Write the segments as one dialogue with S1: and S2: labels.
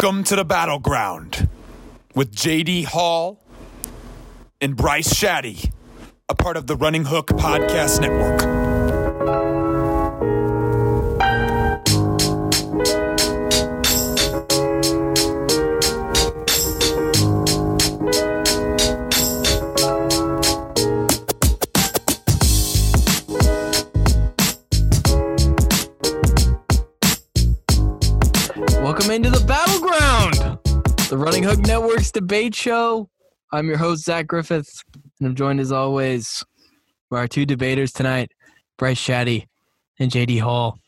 S1: Welcome to the battleground with JD Hall and Bryce Shatty, a part of the Running Hook Podcast Network.
S2: Welcome into the battleground, the Running Hook Network's debate show. I'm your host, Zach Griffith, and I'm joined as always by our two debaters tonight, Bryce Shatty and JD Hall.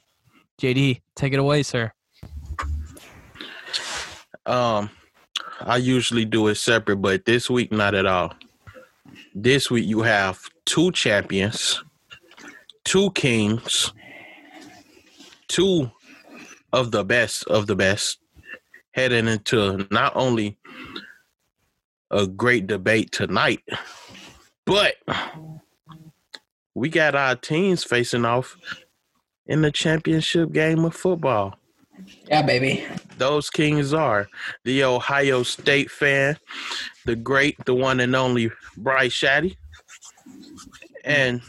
S2: JD, take it away, sir.
S3: Um, I usually do it separate, but this week not at all. This week you have two champions, two kings, two of the best of the best heading into not only a great debate tonight, but we got our teams facing off in the championship game of football
S4: Yeah, baby.
S3: those kings are the Ohio State fan, the great, the one and only Bryce Shatty, and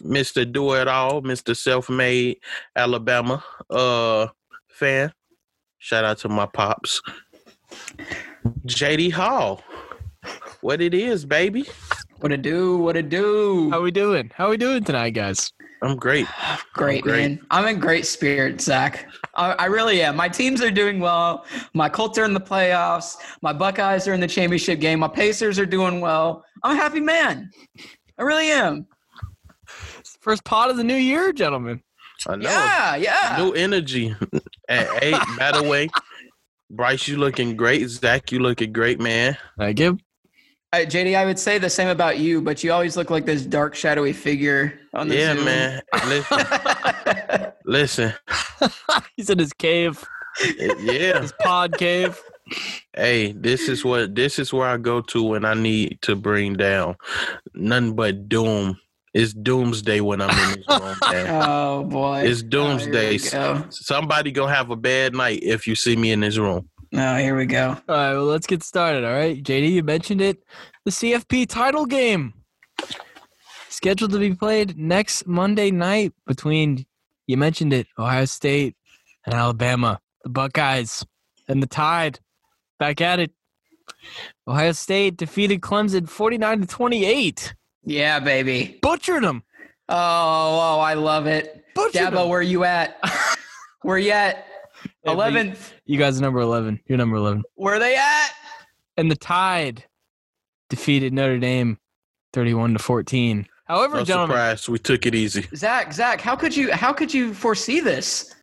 S3: Mr. Do It All, Mr. Self Made Alabama uh, fan. Shout out to my pops, JD Hall. What it is, baby?
S4: What it do? What it do?
S3: Oh,
S2: How we doing? How we doing tonight, guys?
S3: I'm great.
S4: great,
S3: great.
S4: man. I'm in great spirits, Zach. I, I really am. My teams are doing well. My Colts are in the playoffs. My Buckeyes are in the championship game. My Pacers are doing well. I'm a happy man. I really am.
S2: It's the first pot of the new year, gentlemen.
S3: I know.
S4: Yeah, yeah.
S3: New energy at eight. By the way, Bryce, you looking great. Zach, you looking great, man.
S2: I give.
S4: Uh, JD, I would say the same about you, but you always look like this dark, shadowy figure on the
S3: yeah,
S4: Zoom.
S3: man. Listen, listen.
S2: He's in his cave,
S3: Yeah.
S2: his pod cave.
S3: Hey, this is what this is where I go to when I need to bring down nothing but doom. It's doomsday when I'm in this room. Man.
S4: oh boy.
S3: It's
S4: Oh, here
S3: doomsday.
S4: we go.
S3: Somebody gonna have a bad night if you see me in this room.
S4: Oh, here we go.
S2: All right, well, let's get started. All right, JD, you mentioned it. The CFP title game scheduled to be played next Monday night between, you mentioned it, Ohio State and Alabama, the Buckeyes and the Tide. Back at it. Ohio State defeated Clemson 49 to 28.
S4: Yeah, baby.
S2: Butchered them.
S4: Oh, oh, I love it.
S2: Butchered
S4: Dabo,
S2: 'em.
S4: where you at? where you at?
S2: Hey, but you-
S4: Eleventh.
S2: You guys are number 11. You're number 11.
S4: Where they at?
S2: And the Tide defeated Notre Dame 31 to 14. However,
S3: No
S2: gentlemen,
S3: surprise, we took it easy.
S4: Zach, Zach, how could you? How could you foresee this?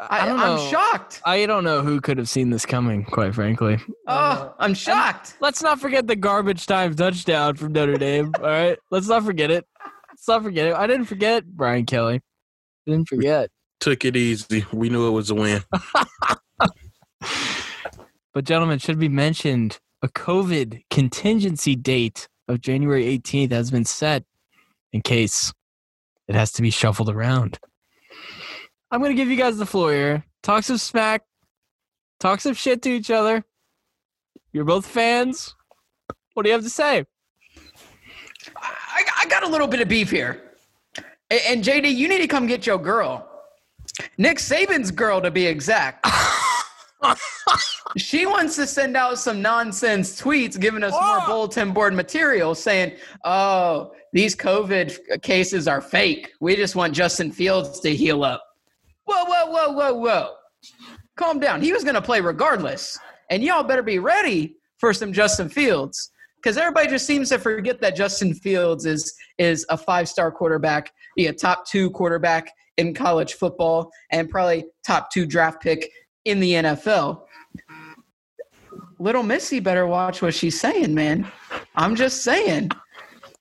S4: I,
S2: I don't know.
S4: am shocked.
S2: I don't know who could have seen this coming, quite frankly.
S4: Oh, I'm shocked.
S2: Let's not forget the garbage time touchdown from Notre Dame. all right, let's not forget it. Let's not forget it. I didn't forget Brian Kelly. Didn't forget.
S3: Took it easy. We knew it was a win.
S2: But gentlemen, it should be mentioned a COVID contingency date of January 18th has been set in case it has to be shuffled around. I'm going to give you guys the floor here. Talk some smack. Talk some shit to each other. You're both fans. What do you have to say?
S4: I, I got a little bit of beef here. A- And, JD, you need to come get your girl, Nick Saban's girl, to be exact. she wants to send out some nonsense tweets, giving us more
S2: Oh.
S4: bulletin board material, saying, "Oh, these COVID cases are fake. We just want Justin Fields to heal up." Whoa, whoa, whoa, whoa, whoa! Calm down. He was going to play regardless, and y'all better be ready for some Justin Fields because everybody just seems to forget that Justin Fields is is a five star quarterback, be a top two quarterback in college football, and probably top two draft pick in the NFL. Little Missy better watch what she's saying, man. I'm just saying.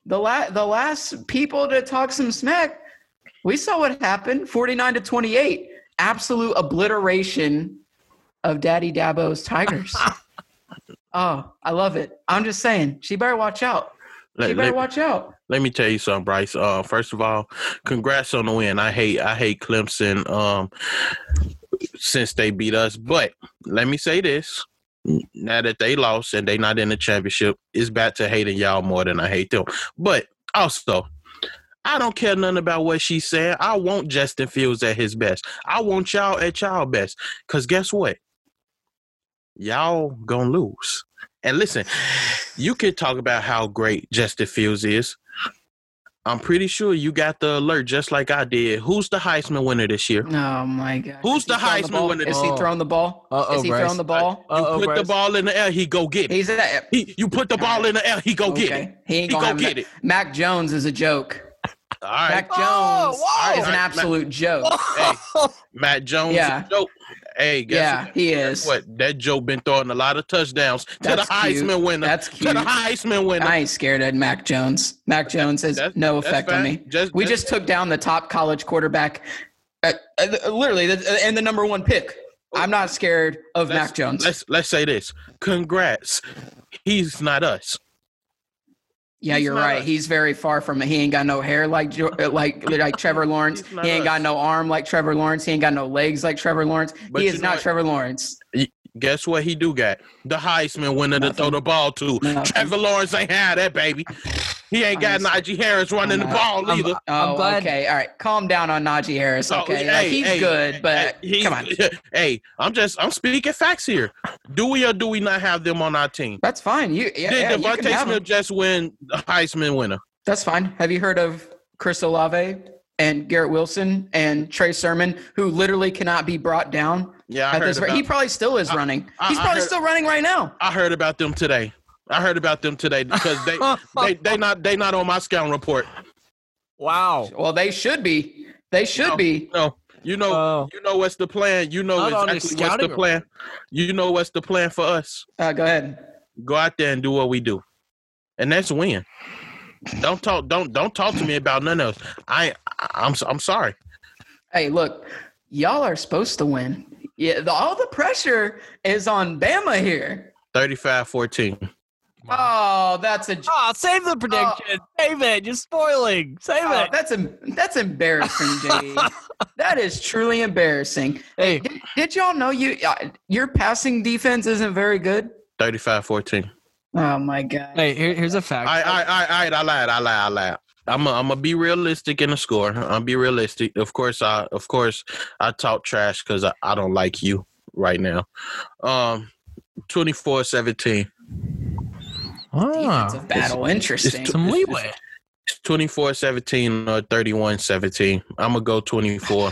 S4: The la- the last people to talk some smack, we saw what happened. 49 to 28. Absolute obliteration of Daddy Dabo's Tigers. Oh, I love it. I'm just saying, she better watch out. She
S3: Let,
S4: better
S3: let-
S4: watch out.
S3: let me tell you something, Bryce. Uh, first of all, congrats on the win. I hate I hate Clemson. Um, since they beat us. But let me say this. Now that they lost and they not in the championship, it's back to hating y'all more than I hate them. But also, I don't care nothing about what she's saying. I want Justin Fields at his best. I want y'all at y'all best. Cause guess what? Y'all gonna lose. And listen, you can talk about how great Justin Fields is. I'm pretty sure you got the alert just like I did. Who's the Heisman winner this year?
S4: Oh my god.
S3: Who's
S4: Is he
S3: the
S4: throwing
S3: Heisman
S4: ball?
S3: winner
S4: Is
S2: this-
S4: he throwing the ball?
S2: Uh-oh,
S4: Is he
S2: Bryce.
S4: throwing the ball?
S3: You
S2: Uh-oh,
S3: put the
S2: Bryce.
S3: ball in the air, he go get it.
S4: He's at
S3: He, you put the ball in the air, he go get it.
S4: okay. He
S3: He
S4: ain't
S3: go
S4: gonna have
S3: get
S4: Ma-
S3: it.
S4: Mac Jones is a joke.
S3: All right,
S4: Mac Jones
S2: Oh, whoa.
S4: is
S3: All
S4: an
S3: right,
S4: absolute joke.
S3: Matt Jones.
S4: Yeah.
S3: Joke. Hey, guess
S4: yeah,
S3: what?
S4: he is.
S3: What that Joe been throwing a lot of touchdowns to the
S4: That's cute.
S3: Heisman winner.
S4: That's
S3: To
S4: cute.
S3: the Heisman winner.
S4: I ain't scared of Mac Jones. Mac Jones has
S3: That's-
S4: no
S3: that's
S4: effect on
S3: fine.
S4: me.
S3: Just-
S4: we
S3: just-
S4: just took down the top college quarterback, uh, uh, literally, the- uh, and the number one pick. I'm not scared of
S3: Oh. Let's-
S4: Mac Jones.
S3: Let's let's say this. Congrats. He's not us.
S4: Yeah,
S3: he's
S4: you're
S3: not
S4: right.
S3: us.
S4: He's very far from it. He ain't got no hair like Jo- uh, like like Trevor Lawrence.
S3: He's not
S4: He ain't got
S3: us.
S4: no arm like Trevor Lawrence. He ain't got no legs like Trevor Lawrence.
S3: But
S4: he
S3: you
S4: is
S3: know
S4: not
S3: what?
S4: Trevor Lawrence.
S3: Guess what he do got? The Heisman winner to throw the ball to.
S4: Nothing.
S3: Trevor Lawrence ain't had that baby. He ain't got
S4: Honestly.
S3: Najee Harris running the
S4: I'm
S3: ball
S2: I'm-
S3: either.
S2: I'm
S4: Oh,
S2: glad-
S4: okay. All right. Calm down on Najee Harris.
S3: So,
S4: Okay.
S3: hey,
S4: Like, he's
S3: hey,
S4: good, but
S3: hey, he's-
S4: come on.
S3: Hey, I'm just I'm speaking facts here. Do we or do we not have them on our team?
S4: That's fine. You, yeah, yeah,
S3: Did
S4: you can
S3: Devontae
S4: have him.
S3: Smith just win the Heisman winner?
S4: That's fine. Have you heard of Chris Olave and Garrett Wilson and Trey Sermon, who literally cannot be brought down
S3: Yeah, I
S4: at
S3: heard
S4: this rate?
S3: about.
S4: He probably still is
S3: I-
S4: running.
S3: I-
S4: He's
S3: I
S4: probably
S3: heard-
S4: still running right now.
S3: I heard about them today. I heard about them today because they they they not they not on my scouting report.
S2: Wow.
S4: Well, they should be. They should
S3: No.
S4: be.
S3: No, you know
S4: Uh,
S2: Oh.
S3: you know what's the plan. You know
S2: Not on his
S3: exactly what's the
S2: scouting
S3: plan. You know what's the plan for us.
S4: Uh, go ahead.
S3: Go out there and do what we do, and that's win. Don't talk. Don't don't talk to me about none else. I I'm I'm sorry.
S4: Hey, look, y'all are supposed to win. Yeah, the, all the pressure is on Bama here.
S3: 35-14.
S4: Oh, that's a j-
S2: Oh, save the
S3: Oh.
S2: prediction. save it. You're spoiling. Save
S4: oh,
S2: it.
S4: that's em- that's embarrassing, JD. that is truly embarrassing.
S2: Hey,
S4: Did, did y'all know you uh, your passing defense isn't very good?
S3: 35-14.
S4: Oh my god.
S2: hey here, here's a
S3: All
S2: fact.
S3: right, all right, all right, all right. I lied. I lied. I lied. I'm i I'm gonna be realistic in the score. I'm be realistic. Of course, I of course I talk trash because I, I don't like you right now. Um, 24-17.
S2: Ah,
S4: Defensive battle. Interesting.
S3: it's-
S2: some leeway.
S3: 24 17 or 31 17. I'm gonna go 24.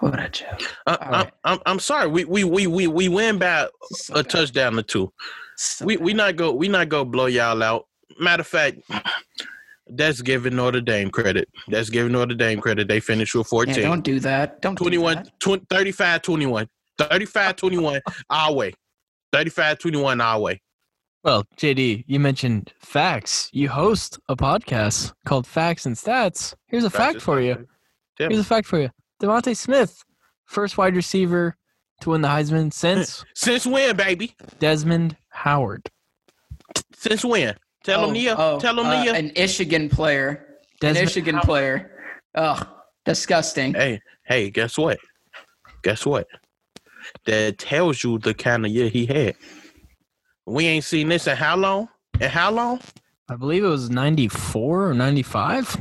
S4: what a joke.
S3: I,
S4: All
S3: I,
S4: right.
S3: I'm, I'm sorry, we, we, we, we, we win by
S4: So
S3: a
S4: bad.
S3: touchdown or two.
S4: So
S3: Uh, We,
S4: bad.
S3: we not go, we not go blow y'all out. Matter of fact, that's giving Notre Dame credit. That's giving Notre Dame credit. They finished with
S4: yeah,
S3: 14.
S4: don't do that. Don't 21.
S3: 21, 20, 35 21. 35 21 our way. 35 21 our way.
S2: Well, JD, you mentioned facts. You host a podcast called Facts and Stats. Here's a fact for you.
S3: Yeah.
S2: Here's a fact for you. Devontae Smith, first wide receiver to win the Heisman since
S3: Since when, baby?
S2: Desmond Howard.
S3: Since when? Tell them, Nia. Tell
S4: uh,
S3: uh. them, Nia.
S4: Oh, An Michigan player. An
S2: Desmond,
S4: Michigan player. Ugh, disgusting.
S3: Hey, hey, guess what? Guess what? That tells you the kind of year he had. We ain't seen this in how long? In how long?
S2: I believe it was 94 or 95.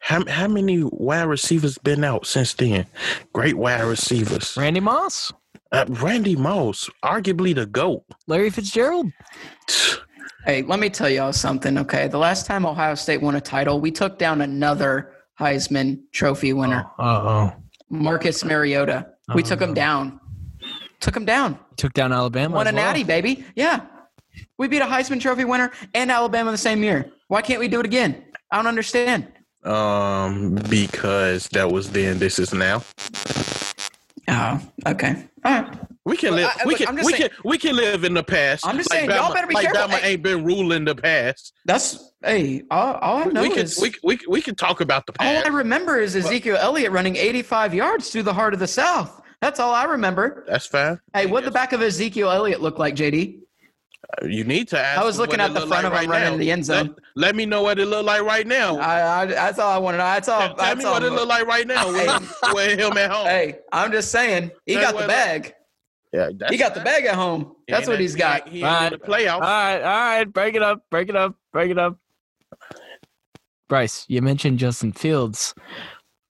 S3: How, how many wide receivers been out since then? Great wide receivers.
S2: Randy Moss,
S3: Uh, Randy Moss, arguably the GOAT.
S2: Larry Fitzgerald.
S4: Hey, let me tell y'all something, okay? The last time Ohio State won a title, we took down another Heisman Trophy winner,
S2: Oh, Uh-oh.
S4: Marcus Mariota. We
S2: Oh,
S4: took him
S2: no.
S4: down. Took him down.
S2: Took down Alabama.
S4: Won
S2: as
S4: a
S2: well.
S4: natty, baby. Yeah. We beat a Heisman Trophy winner and Alabama the same year. Why can't we do it again? I don't understand.
S3: Um, because that was then, this is now.
S4: Oh, okay. All right.
S3: We can
S4: But
S3: live.
S4: I- I-
S3: we
S4: look,
S3: can.
S4: I'm
S3: We
S4: just
S3: can.
S4: saying-
S3: We can live in the past.
S4: I'm just saying, y'all better be
S3: like
S4: careful.
S3: Bama
S4: Hey.
S3: ain't been ruling the past.
S4: That's, hey, all, all I
S3: We,
S4: know
S3: we can.
S4: is
S3: We, we we can talk about the
S4: all
S3: past.
S4: I remember is Ezekiel Elliott running 85 yards through the heart of the South. That's all I remember.
S3: That's fine.
S4: Hey, what the back of Ezekiel Elliott look like, JD?
S3: You need to ask.
S4: I was
S3: them
S4: looking
S3: what
S4: at
S3: it
S4: the
S3: look
S4: front of
S3: like
S4: him
S3: right
S4: running
S3: now.
S4: the end zone.
S3: Let, let me know what it look like right now.
S4: I, I, that's all I want to know. That's all.
S3: tell tell
S4: that's
S3: me
S4: all.
S3: what it look like right now
S4: Hey.
S3: with, with him at home.
S4: Hey, I'm just saying, he
S3: That
S4: got the
S3: was-
S4: bag.
S3: Yeah,
S4: He got the bag at home. That's what he's got.
S3: He ain't in the playoff.
S2: All right, all right. Break it up. Break it up. Break it up. Bryce, you mentioned Justin Fields.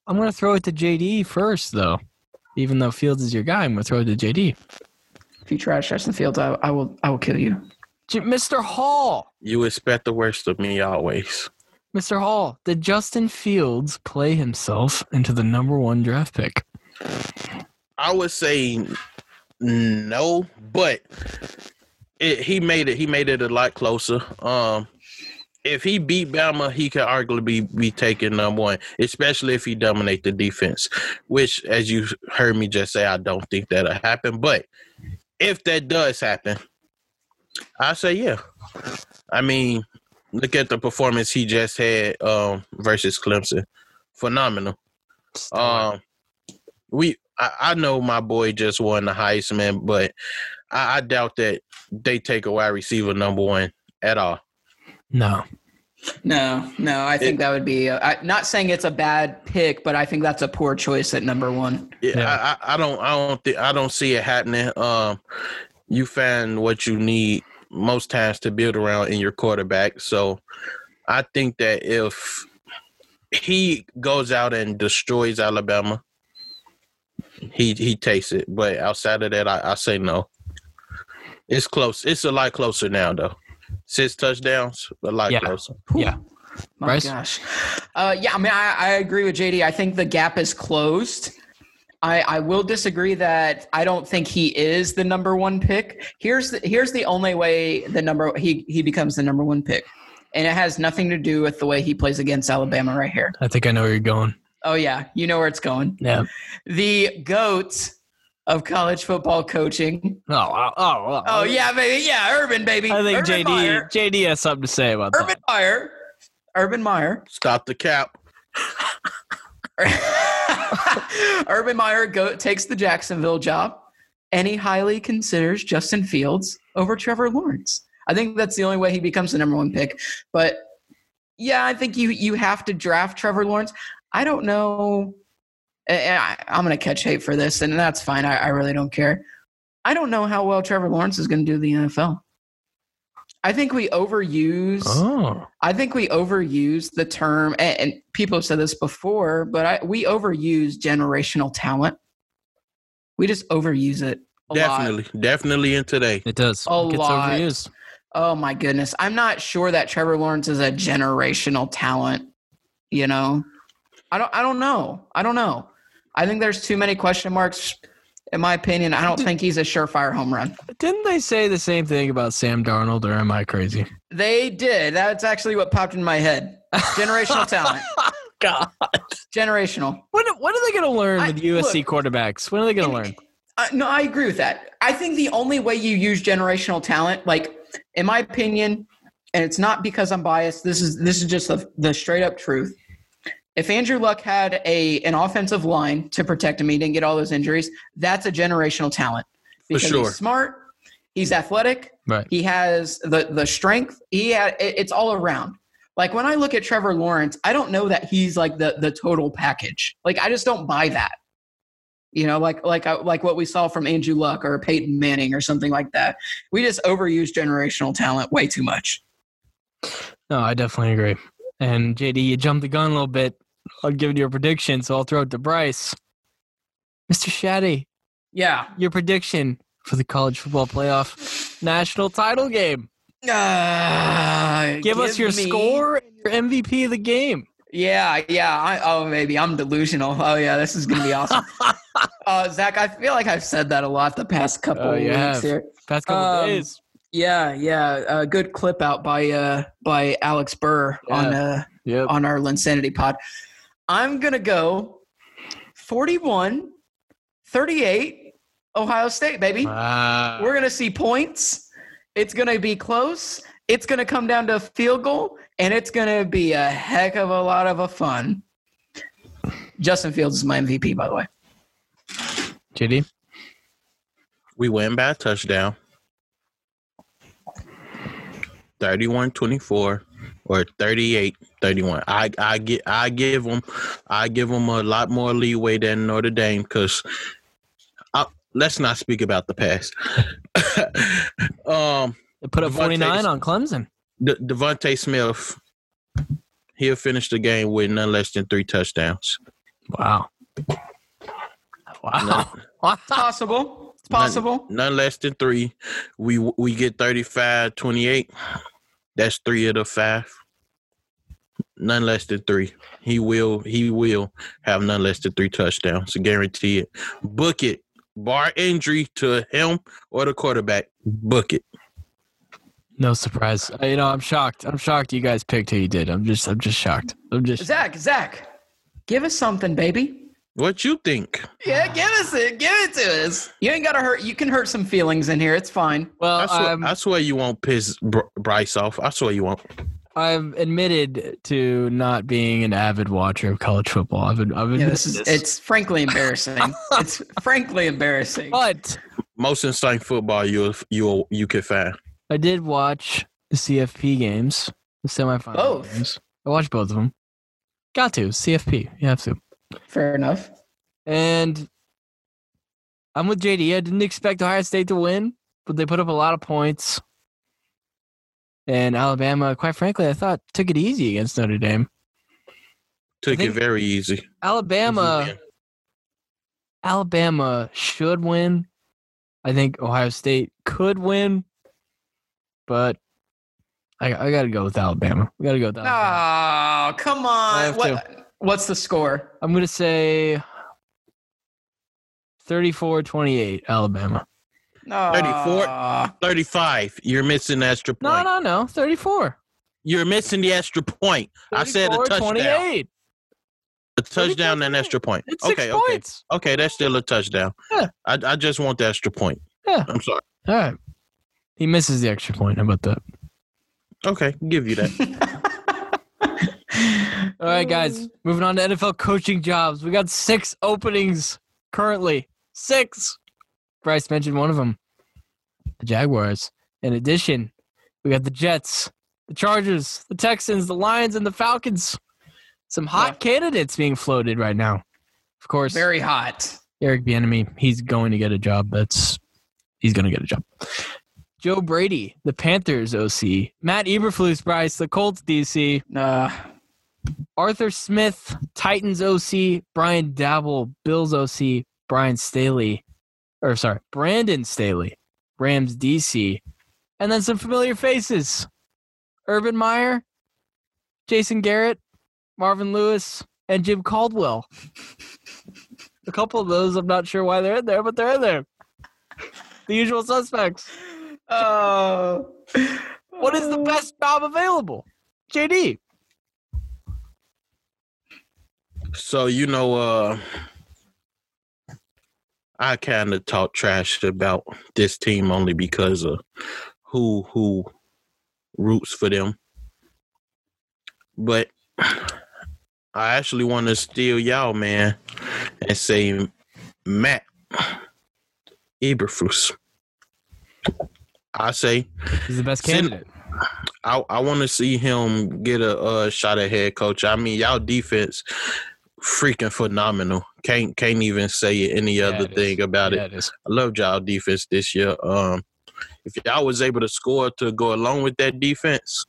S2: I'm going to throw it to JD first, though. Even though Fields is your guy, I'm going to throw it to JD.
S4: If you try to stretch the field, I, I will. I will kill you.
S2: J- Mr. Hall.
S3: You expect the worst of me always.
S2: Mr. Hall, did Justin Fields play himself into the number one draft pick?
S3: I would say no, but it, he made it. He made it a lot closer. Um, if he beat Bama, he could arguably be, be taken number one, especially if he dominate the defense. Which, as you heard me just say, I don't think that'll happen. But if that does happen, I say yeah. I mean, look at the performance he just had um, versus Clemson. Phenomenal.
S4: Uh,
S3: Um, we I, I know my boy just won the Heisman, but I, I doubt that they take a wide receiver number one at all.
S2: no.
S4: No, no, I think
S3: It-
S4: that would be. a- I, not saying it's a bad pick, but I think that's a poor choice at number one.
S3: Yeah,
S2: Yeah.
S3: I, I, I don't I don't thi- I don't see it happening. Um, you find what you need most times to build around in your quarterback. So I think that if he goes out and destroys Alabama, he he takes it. But outside of that, I, I say no. It's close. It's a lot closer now, though. Six touchdowns, a lot
S2: Yeah.
S3: closer.
S2: Yeah.
S4: My
S2: Bryce?
S4: gosh. Uh, yeah, I mean, I, I agree with JD. I think the gap is closed. I, I will disagree that I don't think he is the number one pick. Here's the, here's the only way the number he he becomes the number one pick, and it has nothing to do with the way he plays against Alabama right here.
S2: I think I know where you're going.
S4: Oh yeah, you know where it's going.
S2: Yeah.
S4: The goat of college football coaching.
S2: Oh, oh, oh,
S4: Oh yeah, baby, yeah, Urban baby.
S2: I think
S4: Urban
S2: JD
S4: Meyer.
S2: JD has something to say about that.
S4: Urban Meyer. Urban Meyer.
S3: Stop the cap.
S4: Urban Meyer go, takes the Jacksonville job, and he highly considers Justin Fields over Trevor Lawrence. I think that's the only way he becomes the number one pick. But yeah, I think you you have to draft Trevor Lawrence. I don't know. and I, am going to catch hate for this, and that's fine. I, I really don't care. I don't know how well Trevor Lawrence is going to do in the NFL. I think we overuse.
S2: Oh,
S4: I think we overuse the term, and, and people have said this before, but I, we overuse generational talent. We just overuse it a lot.
S3: Definitely, definitely in today.
S2: it does.
S4: A
S2: it gets
S4: lot.
S2: overused.
S4: Oh my goodness, I'm not sure that Trevor Lawrence is a generational talent. You know, I don't. I don't know. I don't know. I think there's too many question marks. In my opinion, I don't think he's a surefire home run.
S2: Didn't they say the same thing about Sam Darnold, or am I crazy?
S4: They did. That's actually what popped in my head. Generational talent.
S2: God.
S4: Generational.
S2: When, when are they going to learn
S4: I-
S2: with USC quarterbacks? When are they going to
S4: And-
S2: learn?
S4: Uh, no, I agree with that. I think the only way you use generational talent, like in my opinion, and it's not because I'm biased. This is this is just the, the straight up truth. If Andrew Luck had a an offensive line to protect him, he didn't get all those injuries. That's a generational talent
S3: For sure.
S4: he's smart, he's athletic,
S2: Right.
S4: he has the the strength. He had it- it's all around. Like when I look at Trevor Lawrence, I don't know that he's like the the total package. Like I just don't buy that. You know, like like I, like what we saw from Andrew Luck or Peyton Manning or something like that. We just overuse generational talent way too much.
S2: No, I definitely agree. And JD, you jumped the gun a little bit. I'm giving you a prediction, so I'll throw it to Bryce. Mr. Shatty,
S4: Yeah.
S2: your prediction for the college football playoff national title game.
S4: Uh,
S2: Give, us your
S4: me-
S2: score and your MVP of the game.
S4: Yeah, yeah. I, oh, maybe I'm delusional. Oh, yeah. This is gonna be awesome. uh, Zach, I feel like I've said that a lot the past couple
S2: Oh,
S4: of
S2: you
S4: weeks
S2: have.
S4: here.
S2: Past couple
S4: Um,
S2: days.
S4: Yeah, yeah. Uh, good clip out by uh, by Alex Burr
S2: Yeah.
S4: on uh,
S2: Yep.
S4: on our Linsanity pod. I'm going to go 41 38 Ohio State, baby.
S2: Wow.
S4: We're going to see points. It's going to be close. It's going to come down to a field goal, and it's going to be a heck of a lot of a fun. Justin Fields is my MVP, by the way.
S2: JD.
S3: We win by a touchdown. 31 24 or 38 31. I I get I give them I give them a lot more leeway than Notre Dame cuz let's not speak about the past. um
S2: They put up
S3: Devontae
S2: 49 on Clemson.
S3: De- Devontae Smith he'll finish the game with none less than 3 touchdowns.
S2: Wow. Wow.
S4: It's possible. It's possible.
S3: None less than 3. We we get 35 28. That's 3 out of 5. None less than 3. He will he will have none less than 3 touchdowns. Guarantee it. Book it. Bar injury to him or the quarterback. Book it.
S2: No surprise. Uh, You know, I'm shocked. I'm shocked you guys picked who you did. I'm just I'm just shocked. I'm just
S4: Zach, Zach, give us something, baby.
S3: What you think?
S4: Yeah, give us it. Give it to us. You ain't gotta hurt. You can hurt some feelings in here. It's fine.
S2: well,
S3: I swear,
S2: I'm-
S3: I swear you won't piss Br- Bryce off. I swear you won't.
S2: I've admitted to not being an avid watcher of college football. I've, ad- I've admitted
S4: Yeah, this is.
S2: this.
S4: It's frankly embarrassing. it's frankly embarrassing.
S2: but
S3: Most insane football you you you could find.
S2: I did watch the CFP games, the semifinal
S4: Both.
S2: games. I watched both of them. Got to CFP. You have to.
S4: Fair enough.
S2: And I'm with JD. I didn't expect Ohio State to win, but they put up a lot of points. And Alabama, quite frankly, I thought took it easy against Notre Dame.
S3: Took
S2: think-
S3: it very easy. Easy
S2: Alabama,
S3: win.
S2: Alabama should win. I think Ohio State could win, but I, I got to go with Alabama. We got to go with Alabama.
S4: Oh,
S2: I
S4: come on.
S2: have
S4: What, what's the score?
S2: I'm going to say 34-28 Alabama.
S4: Oh,
S3: 34. 35. You're missing the extra point.
S2: No, no, no. 34.
S3: You're missing the extra point. I said a
S2: 34,
S3: touchdown.
S2: 28.
S3: A touchdown and an extra point.
S2: It's
S3: okay,
S2: six
S3: okay.
S2: points.
S3: Okay, that's still a touchdown.
S2: Yeah.
S3: I, I just want the extra point.
S2: Yeah.
S3: I'm sorry.
S2: All right. He misses the extra point. How about that?
S3: Okay, give you that.
S2: All right, guys. Moving on to NFL coaching jobs. We got six openings currently. Six. Bryce mentioned one of them the Jaguars. In addition, we got the Jets, the Chargers, the Texans, the Lions, and the Falcons. Some hot candidates being floated right now. Of course,
S4: Very hot.
S2: Eric Bieniemy, he's going to get a job. That's he's going to get a job. Joe Brady, the Panthers OC, Matt Eberflus, Bryce, the Colts DC,
S4: Uh,
S2: Arthur Smith, Titans OC, Brian Dabble, Bills OC, Brian Staley, or sorry, Brandon Staley, Rams DC, and then some familiar faces: Urban Meyer, Jason Garrett, Marvin Lewis, and Jim Caldwell. A couple of those, I'm not sure why they're in there, but they're in there. The usual suspects.
S4: oh.
S2: What is the
S3: Oh.
S2: best job available? JD.
S3: So you know, uh I kind of talk trash about this team only because of who who roots for them. But I actually want to steal y'all, man, and say Matt Eberflus. I say
S2: He's the best
S3: Send-
S2: candidate.
S3: I, I want to see him get a uh, shot at head coach. I mean, y'all defense freaking phenomenal. Can't can't even say any
S2: Yeah,
S3: other
S2: it is.
S3: thing about
S2: Yeah,
S3: it.
S2: it is.
S3: I love y'all defense this year. Um, if y'all was able to score to go along with that defense,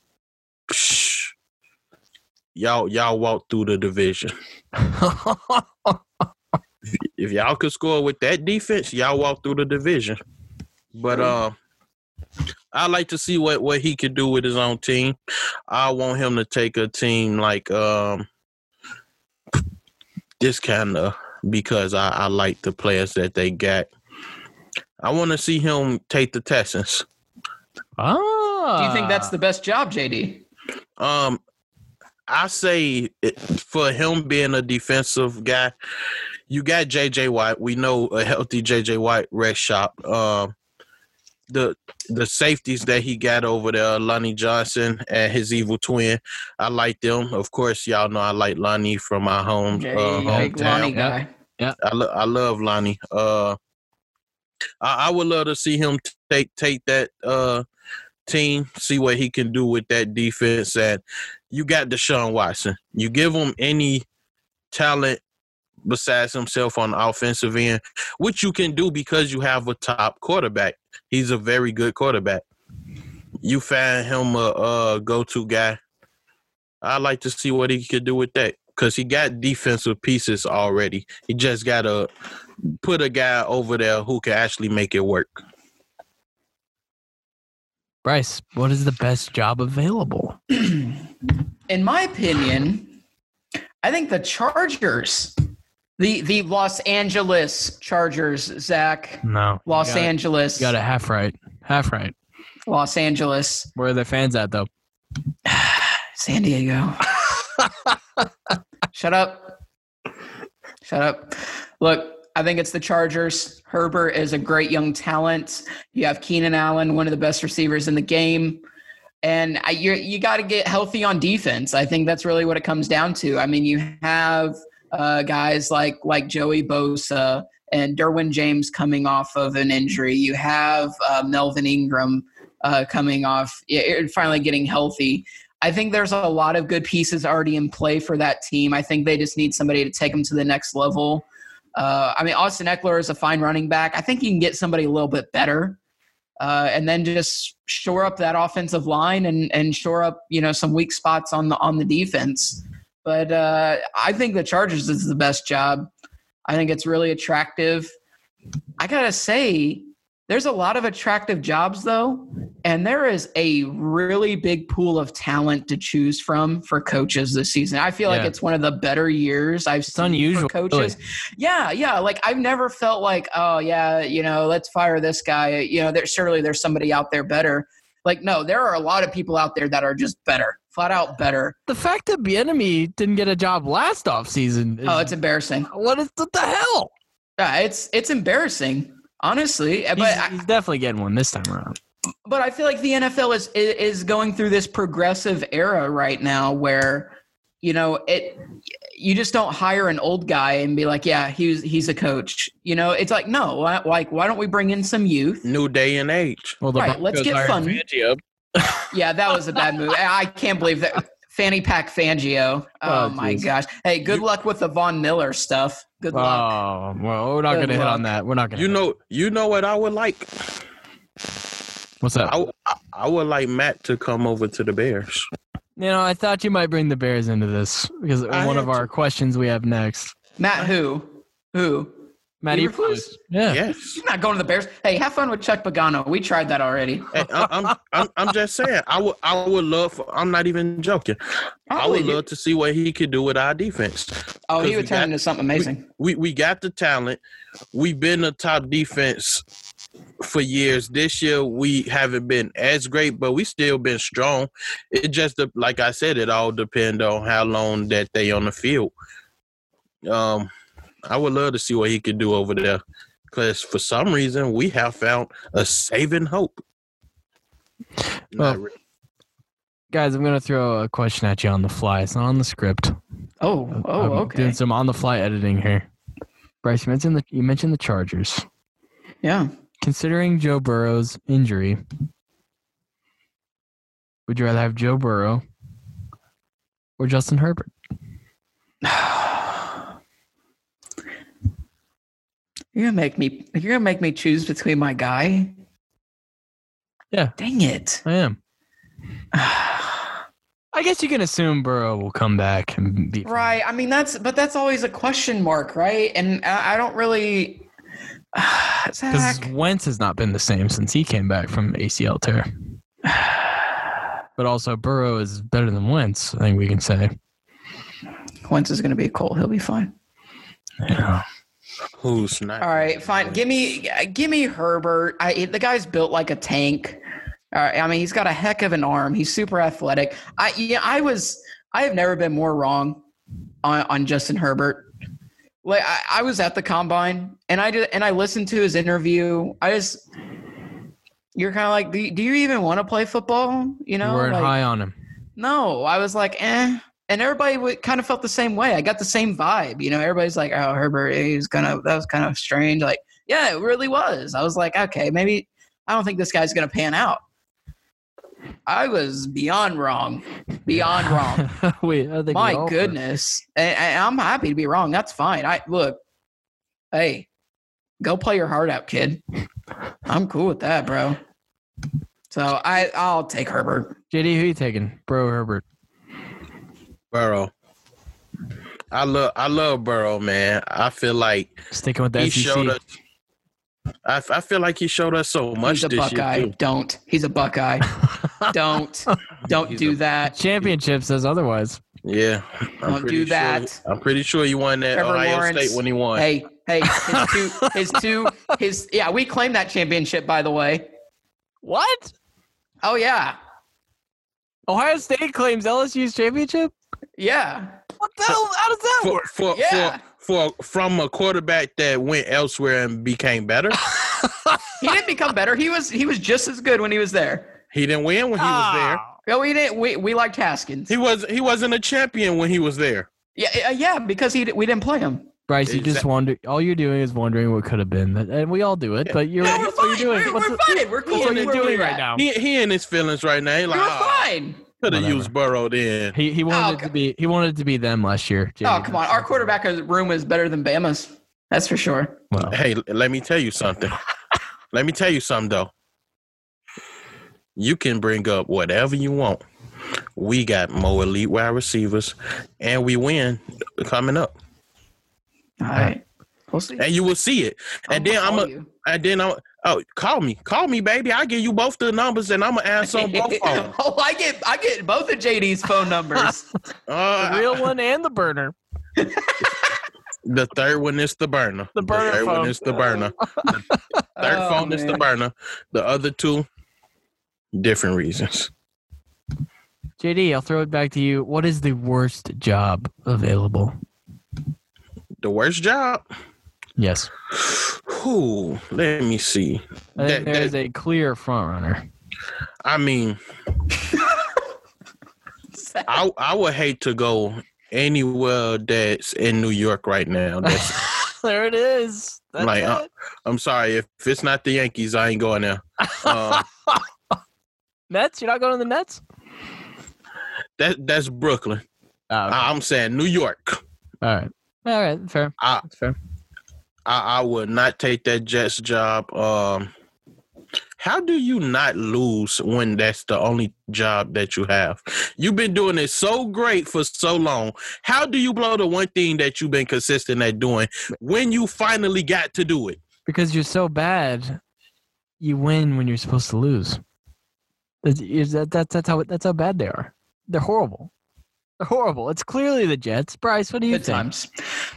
S3: psh, y'all y'all walk through the division. If y'all could score with that defense, y'all walk through the division. But um, I like to see what what he could do with his own team. I want him to take a team like um this kind of because I, I like the players that they got. I want to see him take the Texans.
S2: Ah.
S4: Do you think that's the best job, JD?
S3: Um, I say it, for him being a defensive guy, you got JJ White. We know a healthy JJ White rest shop. Um, the the safeties that he got over there, Lonnie Johnson and his evil twin. I like them. Of course, y'all know I like Lonnie from my
S2: Um,
S3: home uh,
S4: JD, big Lonnie
S3: hometown.
S4: guy.
S3: I, lo- I love Lonnie. Uh, I, I would love to see him t- take take that uh team, see what he can do with that defense. That you got Deshaun Watson. You give him any talent besides himself on the offensive end, which you can do because you have a top quarterback. He's a very good quarterback. You find him a, a go-to guy. I like to see what he could do with that because he got defensive pieces already. He just got to put a guy over there who can actually make it work.
S2: Bryce, what is the best job available?
S4: in my opinion, I think the Chargers, the the Los Angeles Chargers, Zach,
S2: No.
S4: Los
S2: you got it.
S4: Angeles,
S2: You got it half right. Half right.
S4: Los Angeles,
S2: Where are their fans at though?
S4: San Diego. Shut up. Shut up. Look, I think it's the Chargers. Herbert is a great young talent. You have Keenan Allen, one of the best receivers in the game. And I, you're, you got to get healthy on defense. I think that's really what it comes down to. I mean, you have uh, guys like like Joey Bosa and Derwin James coming off of an injury. You have uh, Melvin Ingram uh, coming off, yeah, finally getting healthy. I think there's a lot of good pieces already in play for that team. I think they just need somebody to take them to the next level. Uh, I mean, Austin Eckler is a fine running back. I think you can get somebody a little bit better, uh, and then just shore up that offensive line and and shore up you know some weak spots on the on the defense. But uh, I think the Chargers is the best job. I think it's really attractive. I gotta say, there's a lot of attractive jobs though, and there is a really big pool of talent to choose from for coaches this season. I feel like
S2: Yeah.
S4: it's one of the better years I've
S2: It's unusual.
S4: for
S2: really.
S4: coaches. Yeah, yeah. Like I've never felt like, oh yeah, you know, let's fire this guy. You know, there's surely there's somebody out there better. Like no, there are a lot of people out there that are just better, flat out better.
S2: The fact that Bienemy didn't get a job last offseason is
S4: Oh, it's embarrassing.
S2: what is what the hell?
S4: Yeah, it's it's embarrassing, honestly. eh, But
S2: he's,
S4: I,
S2: he's definitely getting one this time around.
S4: but I feel like the NFL is is going through this progressive era right now where you know it you just don't hire an old guy and be like yeah he's he's a coach you know it's like no why- like why don't we bring in some youth
S3: New day and age.
S2: Well,
S4: Right, let's
S2: Broncos
S4: get
S2: hired
S4: fun.
S2: Fangio.
S4: Yeah, that was a bad move. I I can't believe that. Fanny Pack Fangio. Oh,
S2: Oh,
S4: my
S2: geez.
S4: gosh. Hey, good luck with the Von Miller stuff. Good luck.
S2: Oh well, we're not
S4: Good
S2: gonna hit
S4: luck.
S2: on that. We're not gonna.
S3: You
S2: hit-
S3: know, you know what I would like.
S2: what's up?
S3: I, I- I would like Matt to come over to the Bears.
S2: you know, I thought you might bring the Bears into this because
S3: I
S2: one
S3: had
S2: of our
S3: to.
S2: questions we have next.
S4: Matt, who? Who?
S2: Matt
S4: Eberflus?
S2: Eberflus? Yeah.
S3: Yes,
S4: He's not going to the Bears. Hey, have fun with Chuck Pagano. We tried that already.
S3: Hey, I, I'm, I'm. I'm just saying. I would. I would love. For, I'm not even joking. I
S4: Probably
S3: would
S4: do-
S3: love to see what he could do with our defense.
S4: Oh, he
S3: because
S4: would
S3: we
S4: turn
S3: got-
S4: into something amazing.
S3: We we got the talent. We've been a top defense for years. This year we haven't been as great, but we still been strong. It just de- like I said, it all depend on how long that they on the field. Um, I would love to see what he could do over there, because for some reason we have found a saving hope.
S2: Well-
S4: Uh,
S3: Not re-
S2: Guys, I'm gonna throw a question at you on the fly. It's not on the script.
S4: Oh, oh,
S2: I'm
S4: okay.
S2: Doing some on the fly editing here. Bryce, you mentioned the you mentioned the Chargers.
S4: Yeah.
S2: Considering Joe Burrow's injury, would you rather have Joe Burrow or Justin Herbert?
S4: You're gonna make me you're gonna make me choose between my guy.
S2: Yeah.
S4: Dang it.
S2: I am. I guess you can assume Burrow will come back and be fine.
S4: Right. I mean, that's but that's always a question mark, right? And I, I don't really.
S2: Because
S4: Zach,
S2: Wentz has not been the same since he came back from ACL tear. But also, Burrow is better than Wentz, I think we can say.
S4: Wentz is going to be a Colt. He'll be fine.
S2: Yeah.
S3: who's not?
S4: All right, fine. Give me, uh, give me Herbert. I, the guy's built like a tank. All right, I mean, he's got a heck of an arm. He's super athletic. I, yeah, I was. I have never been more wrong on, on Justin Herbert. Like I, I was at the combine and I did, and I listened to his interview. I just, you're kind of like, do, do you even want to play football? You know,
S2: you weren't
S4: like,
S2: high on him.
S4: No, I was like, eh. And everybody w- kind of felt the same way. I got the same vibe. You know, everybody's like, oh, Herbert, he's going to, that was kind of strange. Like, yeah, it really was. I was like, okay, maybe I don't think this guy's going to pan out. I was beyond wrong, beyond wrong.
S2: Wait, I think we all
S4: My
S2: were.
S4: goodness, and, and I'm happy to be wrong. That's fine. I look, hey, go play your heart out, kid. I'm cool with that, bro. So I, I'll take Herbert.
S2: JD, who you taking, bro? Herbert.
S3: Burrow. I love I love Burrow, man. I feel like
S2: Sticking with E the
S3: he
S2: SEC.
S3: showed us. I, f- I feel like he showed us so much
S4: He's a
S3: this
S4: Buckeye.
S3: year. too.
S4: Don't. He's a Buckeye. Don't. Don't
S3: He's
S4: do
S3: a-
S4: that.
S2: Championship says otherwise.
S3: Yeah,
S4: Don't
S3: pretty
S4: do
S3: sure-
S4: that.
S3: I'm pretty sure he won that
S4: Trevor
S3: Ohio
S4: Lawrence.
S3: State when he won.
S4: Hey, hey, his two, his two, his yeah. We claimed that championship, by the way.
S2: What?
S4: Oh yeah,
S2: Ohio State claims LSU's championship?
S4: yeah.
S2: What the hell? How does that
S3: for for,
S4: Yeah.
S3: for for from a quarterback that went elsewhere and became better.
S4: He didn't become better. He was he was just as good when he was there.
S3: He didn't win when he was there.
S4: No, we didn't. We we liked Haskins.
S3: He was he wasn't a champion when he was there.
S4: Yeah, uh, yeah, because he di- we didn't play him.
S2: Bryce, you just
S3: Exact-
S2: wonder. All you're doing is wondering what could have been, and we all do it. But you're
S4: Yeah,
S2: right.
S4: we're
S2: That's what
S4: fine.
S2: you're doing.
S4: We're,
S2: What's
S4: we're
S2: the-
S4: fine. We're cool.
S2: that's what
S4: with
S2: you're
S4: where
S2: doing
S4: we're
S2: right
S4: at.
S2: now.
S3: He, he in his feelings right now. He
S4: We
S3: like,
S4: were
S3: oh,
S4: fine.
S3: could have
S2: Whatever.
S3: used Burrow then.
S2: He he wanted
S4: Oh,
S2: it to
S4: God.
S2: be he wanted it to be them last year.
S4: Oh
S2: JD.
S4: come on, our quarterback room is better than Bama's. That's for sure.
S2: Well,
S3: Hey, l- let me tell you something. let me tell you something though. You can bring up whatever you want. We got more elite wide receivers, and we win coming up,
S4: All right, we'll see.
S3: and you will see it.
S4: I'll
S3: And then I'm
S4: call
S3: a,
S4: you.
S3: and then I'm oh, call me, call me, baby. I give you both the numbers, and I'm gonna answer on both of them.
S4: oh, I get I get both of JD's phone numbers.
S3: Uh,
S2: the real one and the burner.
S3: The third one is the burner.
S2: The burner
S3: third
S2: phone.
S3: one is the burner. Third
S4: Oh,
S3: phone is the
S4: man.
S3: burner. The other two, different reasons.
S2: JD, I'll throw it back to you. What is the worst job available?
S3: The worst job.
S2: Yes,
S3: Who? Let me see.
S2: I think
S3: That-
S2: there is
S3: that-
S2: a clear front runner.
S3: I mean, I I would hate to go anywhere that's in New York right now. That's,
S2: there it is. That's
S3: Like,
S2: it.
S3: uh, I'm sorry if it's not the Yankees, I ain't going there. Um,
S2: Nets? You're not going to the Nets?
S3: that that's Brooklyn.
S2: Oh,
S3: I, I'm saying New York.
S2: all right. All right. Fair.
S3: I-
S2: That's fair.
S3: I, I would not take that Jets job. Um, how do you not lose when that's the only job that you have? You've been doing it so great for so long. How do you blow the one thing that you've been consistent at doing when you finally got to do it?
S2: Because you're so bad, you win when you're supposed to lose. That's, is that, that's, that's, how, that's how bad they are. They're horrible. They're horrible. It's clearly the Jets. Bryce, what do you
S4: Good
S2: think?
S4: times.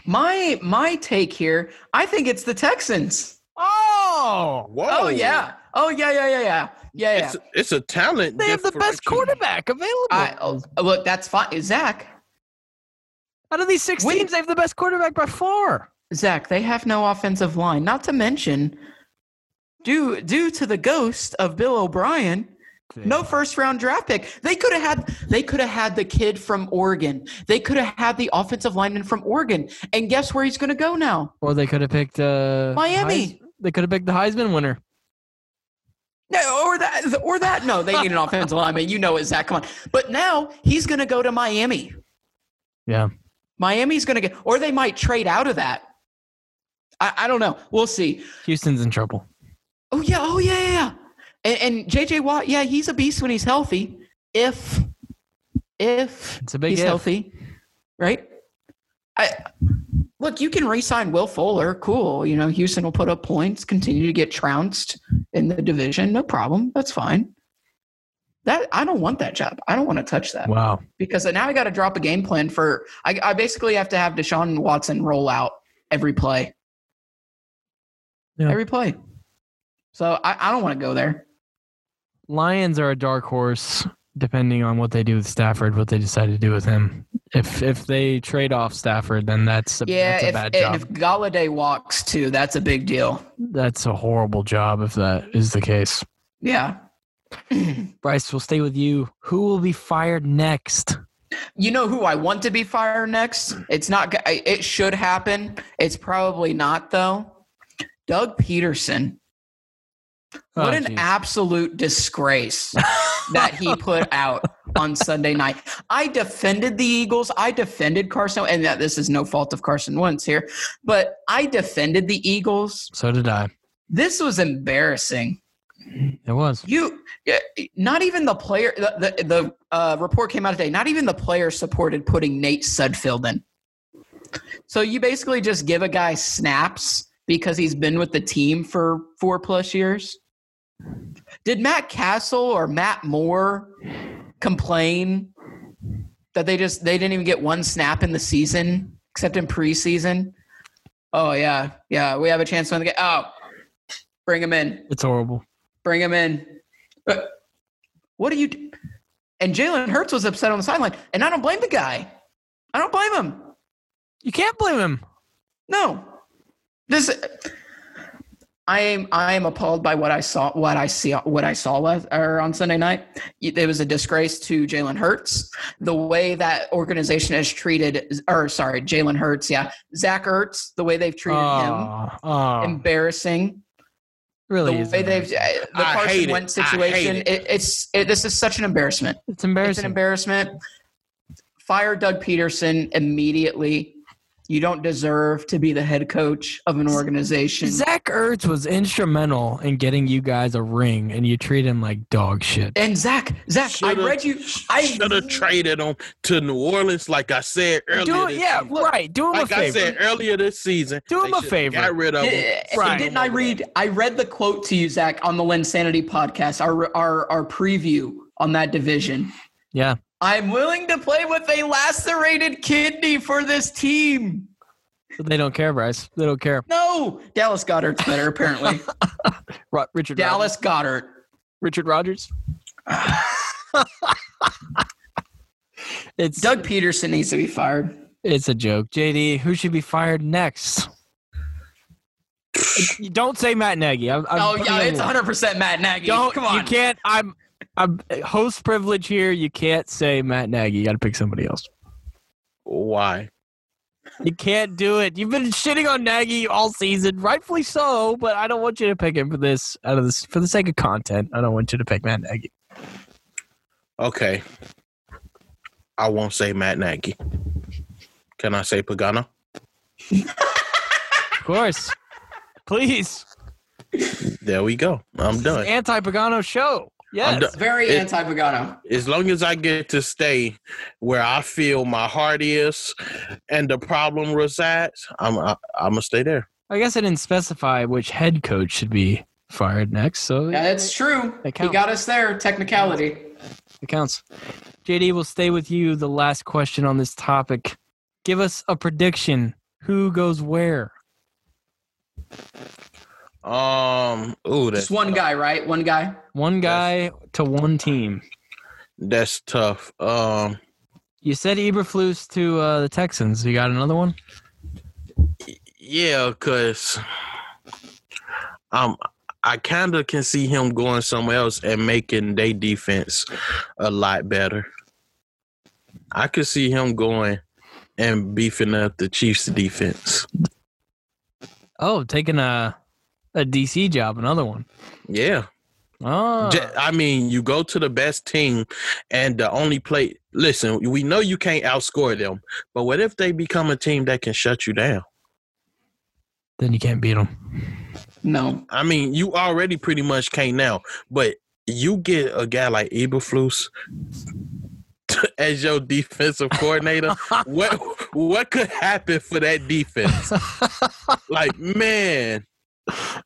S4: My my take here. I think it's the Texans.
S2: Oh!
S3: Whoa.
S4: Oh, yeah. Oh yeah yeah yeah yeah yeah yeah.
S3: It's, it's a talent.
S2: They have the best
S3: differential.
S2: quarterback available.
S4: I, oh, look, that's fine. Zach,
S2: Out of these six
S4: Wait.
S2: teams, they have the best quarterback by far.
S4: Zach, they have no offensive line. Not to mention, due due to the ghost of Bill O'Brien, no first round draft pick. They could have had they could have had the kid from Oregon. They could have had the offensive lineman from Oregon. And guess where he's going to go now?
S2: Or they could have picked uh,
S4: Miami.
S2: Heis- they could have picked the Heisman winner.
S4: No, or that, or that. No, they need an offensive lineman. You know it, Zach. Come on. But now he's going to go to Miami.
S2: Yeah.
S4: Miami's going to get, or they might trade out of that. I, I don't know. We'll see.
S2: Houston's in trouble.
S4: Oh yeah. Oh yeah. Yeah. yeah. And, and JJ Watt. Yeah, he's a beast when he's healthy. If, if
S2: It's a big
S4: he's
S2: if.
S4: healthy, right? I look. You can re-sign Will Fuller. Cool. You know, Houston will put up points. Continue to get trounced in the division. No problem. That's fine. That I don't want that job. I don't want to touch that
S2: Wow.
S4: because now I got to drop a game plan for. I, I basically have to have Deshaun Watson roll out every play.
S2: Yeah.
S4: Every play. So I, I don't want to go there.
S2: Lions are a dark horse, depending on what they do with Stafford, what they decide to do with him. If if they trade off Stafford, then that's a, that's a
S4: yeah,
S2: bad
S4: if,
S2: job.
S4: and if Galladay walks too, that's a big deal.
S2: that's a horrible job if that is the case.
S4: Yeah.
S2: Bryce, we'll stay with you. Who will be fired next?
S4: You know who I want to be fired next? It's not. g- I- It should happen. It's probably not though. Doug Peterson. What
S2: Oh,
S4: an
S2: geez.
S4: absolute disgrace that he put out on Sunday night. I defended the Eagles. I defended Carson, and that this is no fault of Carson Wentz here, but I defended the Eagles.
S2: So did I.
S4: This was embarrassing.
S2: It was.
S4: You, yeah, not even the player. The the, the uh, report came out today. Not even the player supported putting Nate Sudfeld in. So you basically just give a guy snaps because he's been with the team for four plus years. Did Matt Castle or Matt Moore complain that they just they didn't even get one snap in the season except in preseason? Oh yeah, yeah, we have a chance to win the game. Oh, bring him in
S2: It's horrible.
S4: bring him in. But Uh, what do you? Do? And Jalen Hurts was upset on the sideline, and I don't blame the guy. I don't blame him.
S2: You can't blame him.
S4: No, this. I am I am appalled by what I saw, what I see, what I saw last, or on Sunday night. It was a disgrace to Jalen Hurts. The way that organization has treated, or sorry, Jalen Hurts, yeah, Zach Ertz, the way they've treated him,
S2: Oh,
S4: Ah.
S2: oh,
S4: embarrassing.
S2: really
S4: the
S2: is
S4: way they've
S2: embarrassing.
S4: uh, the
S3: I hate
S4: Carson
S3: it.
S4: Wentz
S3: I hate
S4: situation.
S3: it.
S4: It. it's it, this is such an embarrassment.
S2: It's
S4: It's
S2: embarrassing.
S4: an embarrassment. Fire Doug Peterson immediately. You don't deserve to be the head coach of an organization.
S2: Zach Ertz was instrumental in getting you guys a ring, and you treat him like dog shit.
S4: and Zach, Zach, I read you. I
S3: should have traded him to New Orleans, like I said earlier.
S2: Do it,
S3: this
S2: yeah,
S3: season.
S2: right. Do him
S3: Like
S2: a
S3: I
S2: favor.
S3: said earlier this season,
S2: Do him
S3: they
S2: a
S3: should
S2: favor.
S3: Got rid of him.
S4: Did,
S2: Right.
S4: Didn't I read? I read the quote to you, Zach, on the Linsanity podcast, our our our preview on that division.
S2: Yeah.
S4: I'm willing to play with a lacerated kidney for this team.
S2: But They don't care, Bryce. They don't care.
S4: No, Dallas Goddard's better apparently.
S2: Ro- Richard Rodgers.
S4: Dallas Goddard.
S2: Richard Rogers. it's
S4: Doug Peterson needs to be fired.
S2: it's a joke. JD, who should be fired next? You don't say Matt Nagy. I'm, I'm
S4: oh
S2: putting
S4: yeah,
S2: it
S4: it's
S2: in.
S4: 100 percent Matt Nagy.
S2: Don't
S4: Come on,
S2: you can't. I'm I'm host privilege here. You can't say Matt Nagy. You got to pick somebody else.
S3: Why?
S2: You can't do it. You've been shitting on Nagy all season, rightfully so. But I don't want you to pick him for this. Out of this, for the sake of content, I don't want you to pick Matt Nagy.
S3: Okay. I won't say Matt Nagy. Can I say Pagano?
S2: Of course, please.
S3: There we go. I'm done.
S2: Anti Pagano show.
S3: I'm
S2: Yes.
S3: done.
S4: very
S3: It-
S4: anti Pagano.
S3: as long as I get to stay where I feel my heart is and the problem resides, I'm I, I'm gonna stay there.
S2: I guess I didn't specify which head coach should be fired next, so
S4: Yeah, that's true.
S2: That
S4: He
S2: counts.
S4: got us there. Technicality.
S2: it counts. JD, we'll stay with you. The last question on this topic. Give us a prediction. Who goes where?
S3: Um, ooh, that's
S4: Just one guy, right? One guy.
S2: One guy to one team.
S3: that's tough. Um,
S2: You said Eberflus to uh, the Texans. You got another one?
S3: yeah, cause um, I kind of can see him going somewhere else and making their defense a lot better. I could see him going and beefing up the Chiefs' defense.
S2: Oh, taking a a DC job. Another one.
S3: Yeah.
S2: Oh,
S3: Ju- I mean, you go to the best team, and the only play. Listen, we know you can't outscore them, but what if they become a team that can shut you down?
S2: then you can't beat them.
S4: No.
S3: I mean, you already pretty much can't now, but you get a guy like Eberflus as your defensive coordinator. what what could happen for that defense? like, man,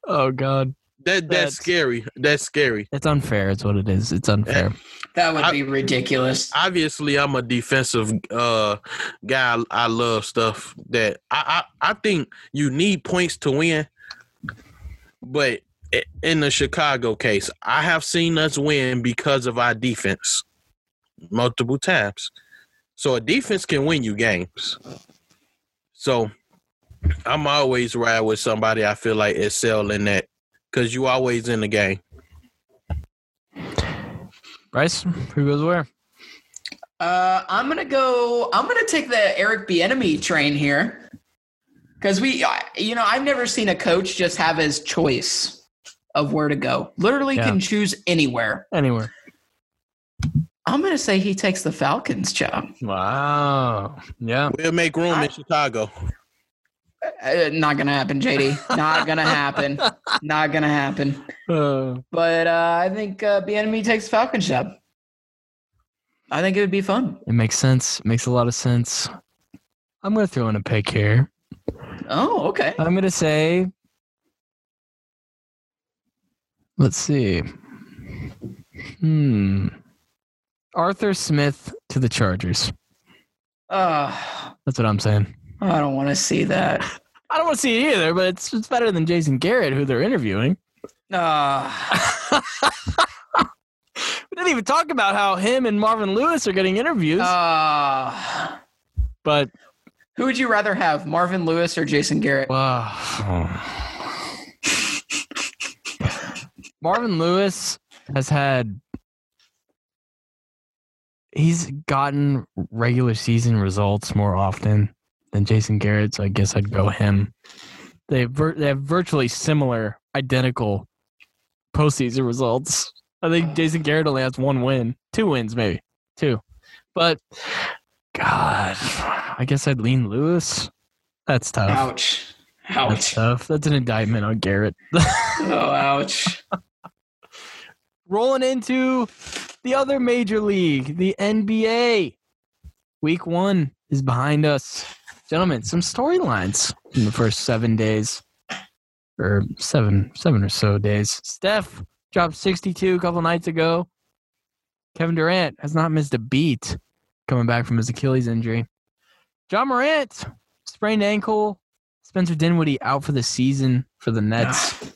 S2: Oh God,
S3: that that's,
S2: That's-
S3: scary. That's scary.
S2: it's unfair. Is what it is. It's unfair.
S4: That would
S3: I-
S4: be ridiculous.
S3: obviously I'm a defensive uh guy. I love stuff that I I, I think you need points to win. But i- in the Chicago case, I have seen us win because of our defense multiple times. So a defense can win you games. So I'm always ride with somebody I feel like excel in that because you always in the game.
S2: Bryce, who goes where?
S4: Uh, I'm gonna go. I'm gonna take the Eric Bieniemy train here, because we, I- you know, I've never seen a coach just have his choice of where to go. Literally
S2: Yeah.
S4: can choose anywhere.
S2: Anywhere.
S4: I'm going to say he takes the Falcons job.
S2: Wow. Yeah.
S3: We'll make room
S4: I-
S3: in Chicago.
S4: Uh, not going to happen, JD. Not going to happen. Not going to happen.
S2: Uh,
S4: But uh, I think uh, enemy takes Falcon job. I think it would be fun.
S2: it makes sense. Makes a lot of sense. I'm gonna throw in a pick here.
S4: Oh, okay.
S2: I'm gonna say. Let's see. Hmm. Arthur Smith to the Chargers.
S4: Uh,
S2: That's what I'm saying.
S4: I don't want to see that.
S2: I don't want to see it either, but it's, it's better than Jason Garrett, who they're interviewing.
S4: Uh,
S2: We didn't even talk about how him and Marvin Lewis are getting interviews,
S4: uh,
S2: but
S4: who would you rather have, Marvin Lewis or Jason Garrett?
S2: Wow. Marvin Lewis has had he's gotten regular season results more often than Jason Garrett, so I guess I'd go him. They vir- they have virtually similar, identical postseason results. I think Jason Garrett only has one win, two wins maybe, two. But God, I guess I'd lean Lewis. That's tough.
S4: Ouch.
S2: uh, That's uh,
S4: Ouch.
S2: tough. That's an indictment on Garrett.
S4: Oh, ouch.
S2: Rolling into the other major league, the NBA. Week one is behind us. Gentlemen, some storylines in the first seven days. Or seven, seven or so days. Steph dropped 62 a couple nights ago. Kevin Durant has not missed a beat coming back from his Achilles injury. John Morant, sprained ankle. Spencer Dinwiddie out for the season for the Nets.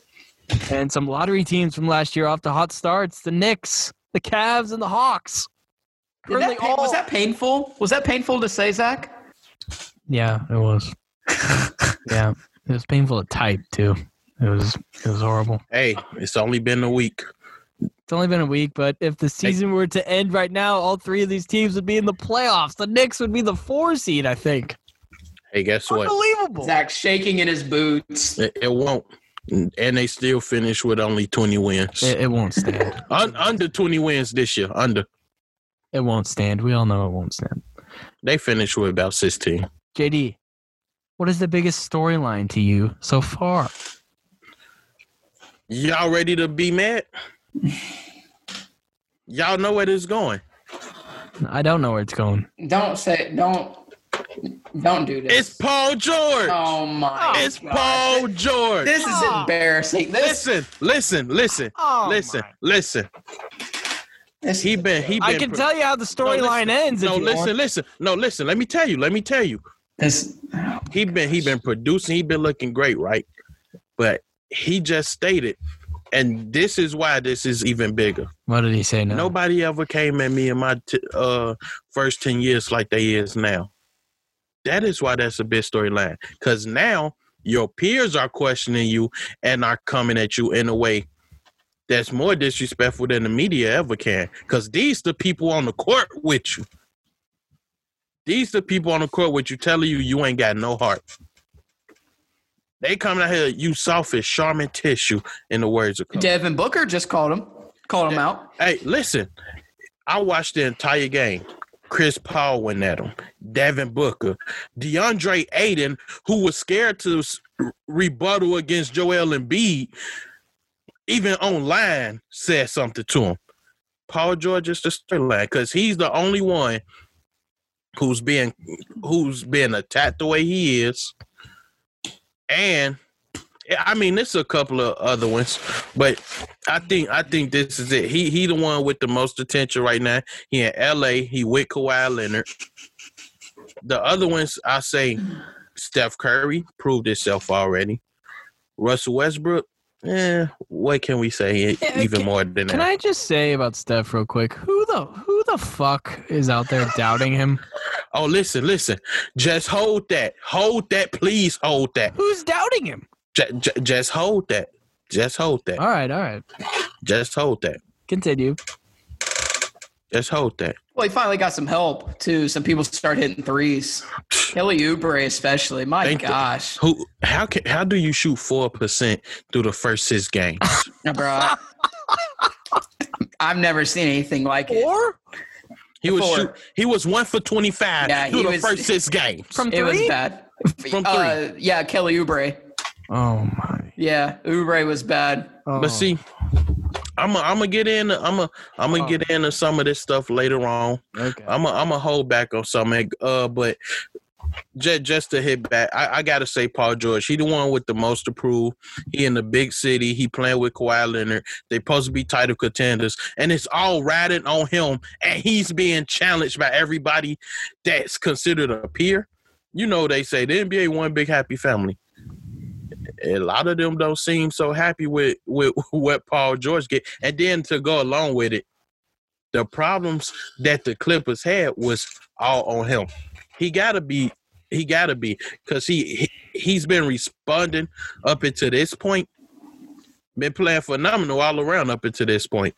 S2: and some lottery teams from last year off to hot starts the Knicks, the Cavs, and the Hawks.
S4: Did
S2: Currently
S4: that pain- was
S2: all-
S4: that painful? Was that painful to say, Zach?
S2: Yeah, it was. yeah, it was painful to type too. It was it was horrible.
S3: Hey, it's only been a week.
S2: It's only been a week, but if the season were to end right now, all three of these teams would be in the playoffs. The Knicks would be the four seed, I think.
S3: Hey, guess what?
S2: Unbelievable.
S4: Zach shaking in his boots.
S3: It, it won't. And they still finish with only 20 wins.
S2: It, it won't stand.
S3: Un- under 20 wins this year. Under.
S2: It won't stand. We all know it won't stand.
S3: They finished with about 16.
S2: JD, what is the biggest storyline to you so far?
S3: Y'all ready to be mad? Y'all know where this is going.
S2: I don't know where it's going.
S4: Don't say don't don't do this.
S3: It's Paul George.
S4: oh my
S3: it's Oh.
S4: God.
S3: Paul George.
S4: This is embarrassing. This,
S3: listen, listen, listen,
S2: Oh,
S3: listen, listen.
S4: this
S3: He been he been
S2: I can
S3: pre-
S2: tell you how the storyline
S3: listen.
S2: ends. if
S3: No,
S2: you
S3: listen,
S2: want.
S3: listen. No, listen. Let me tell you. Let me tell you.
S4: this oh,
S3: He been he been producing. He been looking great, right? But he just stated, and this is why this is even bigger.
S2: What did he say? No.
S3: Nobody ever came at me in my t- uh, first 10 years like they is now. That is why that's a big storyline. Because now your peers are questioning you and are coming at you in a way that's more disrespectful than the media ever can. Because these the people on the court with you. These the people on the court with you telling you you ain't got no heart. They coming out here, you selfish, Charmin tissue, in the words of Kobe.
S4: Devin Booker just called him. Called him out.
S3: Hey, listen, I watched the entire game. Chris Paul went at him. Devin Booker, DeAndre Aiden, who was scared to s- rebuttal against Joel Embiid, even online said something to him. Paul George is the storyline because he's the only one who's being who's being attacked the way he is, and I mean, there's a couple of other ones, but I think I think this is it. He he the one with the most attention right now. He in LA. He with Kawhi Leonard. The other ones I say Steph Curry proved himself already. Russell Westbrook, eh, what can we say e-,
S2: Yeah,
S3: even more than
S2: Can
S3: that?
S2: I just say about Steph real quick? Who the who the fuck is out there doubting him?
S3: oh, listen, listen. Just hold that. Hold that. Please hold that.
S2: Who's doubting him?
S3: J- j- just hold that. Just hold that.
S2: All right, all right.
S3: Just hold that.
S2: Continue.
S3: Just hold that.
S4: Well, he finally got some help too. Some people start hitting threes. Kelly Oubre, especially. My
S3: Thank you.
S4: gosh,
S3: Who? How can? How do you shoot four percent through the first six games?
S4: Now, bro. I- I've never seen anything like it.
S2: Or
S3: He was
S4: Four.
S3: shoot, he was one for twenty five
S4: Yeah,
S3: through
S4: he
S3: the
S4: was-
S3: first six games.
S2: from
S4: It was
S2: three?
S4: bad.
S3: From
S4: Uh, yeah, Kelly Oubre.
S2: Oh my.
S4: Yeah, Oubre was bad.
S2: Oh.
S3: But see, I'm i I'm gonna get in. I'm gonna I'm gonna
S2: Oh.
S3: get into some of this stuff later on.
S2: Okay.
S3: I'm i I'm gonna hold back on some. of it, Uh, but just just to hit back, I, I gotta say Paul George. He the one with the most to prove. He in the big city. He playing with Kawhi Leonard. They supposed to be title contenders, and it's all riding on him. And he's being challenged by everybody that's considered a peer. You know they say the NBA one big happy family a lot of them don't seem so happy with with what Paul George get. And then to go along with it, the problems that the Clippers had was all on him. He gotta be, he gotta be, because he, he he's been responding up until this point, been playing phenomenal all around up until this point.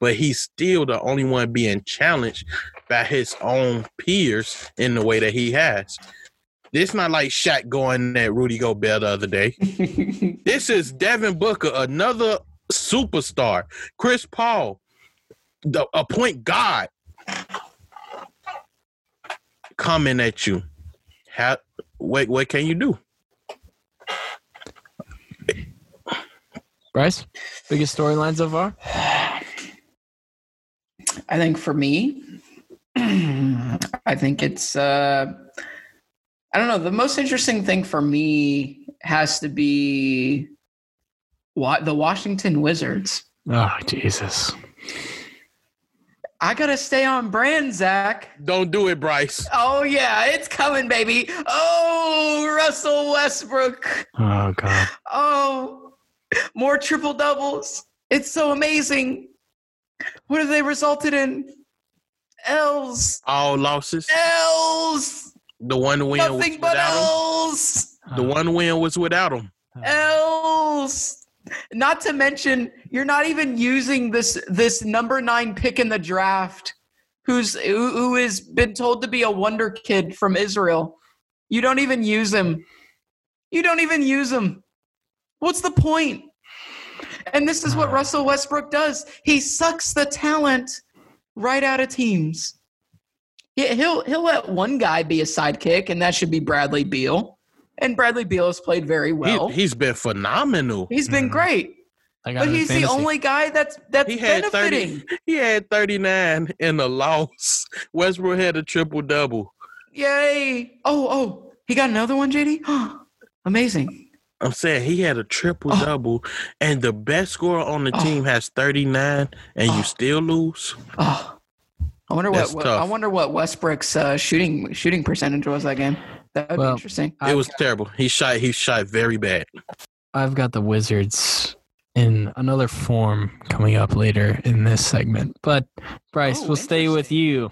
S3: But he's still the only one being challenged by his own peers in the way that he has. This not like Shaq going at Rudy Gobert the other day. This is Devin Booker, another superstar. Chris Paul, the, a point guard, coming at you. How? Wait, what can you do?
S2: Bryce, biggest storyline so far?
S4: I think for me, I think it's uh, I don't know. The most interesting thing for me has to be wa- the Washington Wizards.
S2: Oh Jesus.
S4: I gotta stay on brand, Zach.
S3: Don't do it, Bryce.
S4: Oh yeah, it's coming, baby. Oh, Russell Westbrook.
S2: Oh god.
S4: Oh, more triple doubles. It's so amazing. What have they resulted in? L's,
S3: All losses.
S4: L's,
S3: The one win was
S4: nothing but
S3: without
S4: L's,
S3: him.
S2: Uh-huh. Uh,
S3: The one win was without him.
S4: L's. Not to mention, you're not even using this this number nine pick in the draft, who's who, who has been told to be a wonder kid from Israel. You don't even use him. You don't even use him. What's the point? And this is what
S2: Ah.
S4: Russell Westbrook does. He sucks the talent right out of teams. He- He'll he'll let one guy be a sidekick, and that should be Bradley Beal. And Bradley Beal has played very well.
S3: he, has been phenomenal.
S4: he's been
S2: Mhm.
S4: great,
S2: I got
S4: but
S2: it in
S4: he's the
S2: fantasy.
S4: only guy that's that's
S3: He had 30.
S4: benefiting.
S3: He had 39 in a loss. Westbrook had a triple double.
S4: Yay! Oh oh, he got another one, JD. Amazing.
S3: I'm saying he had a triple double, and the best scorer on the
S4: Oh.
S3: team has 39, and
S4: Oh.
S3: you still lose.
S4: Oh, I wonder
S3: That's
S4: what, what
S3: tough.
S4: I wonder what Westbrook's uh, shooting shooting percentage was that game. That would
S2: Well,
S4: be interesting.
S2: I've
S3: it was terrible. He shot. He shot very bad.
S2: I've got the Wizards in another form coming up later in this segment. But Bryce,
S4: Oh,
S2: we'll stay with you.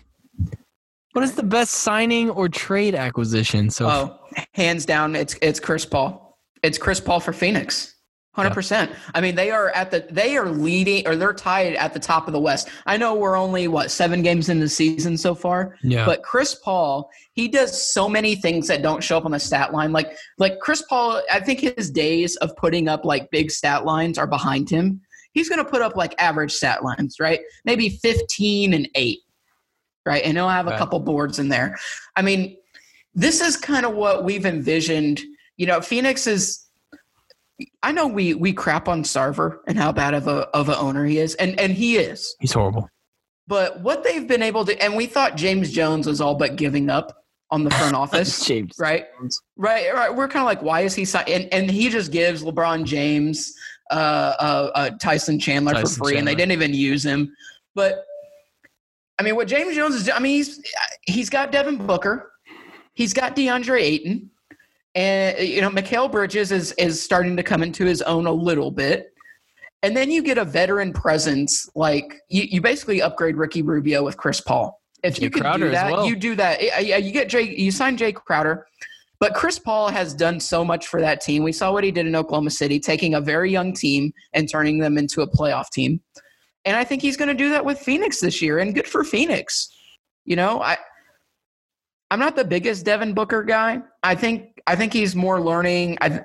S2: What is the best signing or trade acquisition? So
S4: Oh, hands down, it's it's Chris Paul. It's Chris Paul for Phoenix. Hundred percent. I mean, they are at the they are leading or they're tied at the top of the West. I know we're only what seven games in the season so far,
S2: yeah,
S4: but Chris Paul he does so many things that don't show up on the stat line. Like like Chris Paul, I think his days of putting up like big stat lines are behind him. He's going to put up like average stat lines, right? Maybe fifteen and eight, right? And he'll have a
S2: Right.
S4: couple boards in there. I mean, this is kind of what we've envisioned. You know, Phoenix is. I know we we crap on Sarver and how bad of a of a owner he is, and and he is.
S2: he's horrible.
S4: But what they've been able to, and we thought James Jones was all but giving up on the front office,
S2: James.
S4: right? Right, right. We're kind of like, why is he sign? And, and he just gives LeBron James, uh, uh, uh Tyson Chandler
S2: Tyson
S4: for free, and they
S2: Chandler.
S4: didn't even use him. But I mean, what James Jones is, do- I mean, he's he's got Devin Booker, he's got DeAndre Ayton, and you know, Mikhail Bridges is is starting to come into his own a little bit. And then you get a veteran presence, like you, you basically upgrade Ricky Rubio with Chris Paul. If
S2: Jay
S4: you can
S2: Crowder
S4: do
S2: as
S4: that,
S2: well.
S4: you do that. Yeah, yeah, you get Jay, you sign Jay Crowder, but Chris Paul has done so much for that team. We saw what he did in Oklahoma City, taking a very young team and turning them into a playoff team. And I think he's going to do that with Phoenix this year, and good for Phoenix. You know, I I'm not the biggest Devin Booker guy. I think I think he's more learning. I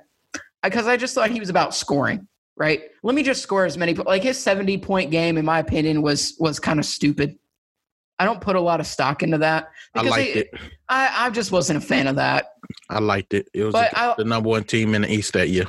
S4: because I, I just thought he was about scoring. Right. Let me just score as many. Like his 70 point game, in my opinion, was was kind of stupid. I don't put a lot of stock into that.
S3: I liked
S4: they-
S3: it.
S4: I, I just wasn't a fan of that.
S3: I liked it. It was
S4: But
S3: the,
S4: I-
S3: the number one team in the East that year.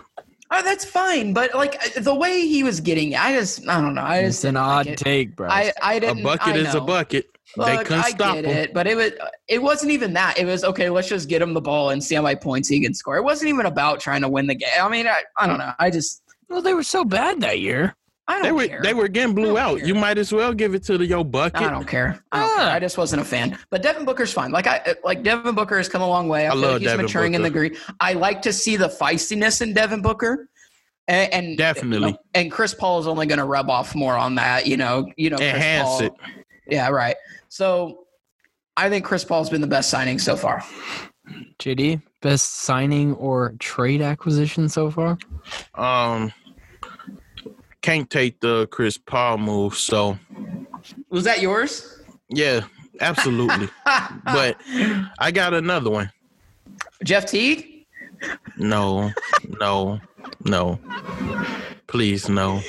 S4: Oh, that's fine. But like the way he was getting it, I just I don't know. I
S2: It's
S4: just
S2: an
S4: didn't
S2: odd
S4: like it.
S2: take, bro.
S4: I I
S3: Mm. A
S4: didn't.
S3: bucket
S4: I
S3: is a
S4: know.
S3: bucket. they
S4: Look,
S3: couldn't
S4: I
S3: stop
S4: get
S3: him.
S4: it, but it was it wasn't even that. It was okay. Let's just get him the ball and see how many points he can score. It wasn't even about trying to win the game. I mean, I, I don't know. I just
S2: well, they were so bad that year.
S4: I don't
S3: They were
S4: care.
S3: they were getting blew
S4: don't
S3: out.
S4: care.
S3: You might as well give it to the yo bucket.
S4: I don't care. I, don't
S2: Ah.
S4: care. I just wasn't a fan. But Devin Booker's fine. Like I like Devin Booker has come a long way. I,
S3: I
S4: feel
S3: love
S4: like he's
S3: Devin
S4: maturing in the
S3: Booker.
S4: green. I like to see the feistiness in Devin Booker. And, and
S3: Definitely.
S4: and Chris Paul is only going to rub off more on that, you know, you know, Chris
S3: Enhance
S4: Paul.
S3: it.
S4: Yeah, right. So I think Chris Paul's been the best signing so far.
S2: JD, best signing or trade acquisition so far?
S3: Um can't take the Chris Paul move, so
S4: Was that yours?
S3: yeah, absolutely. but I got another one.
S4: Jeff Teague?
S3: No, no, no. Please no.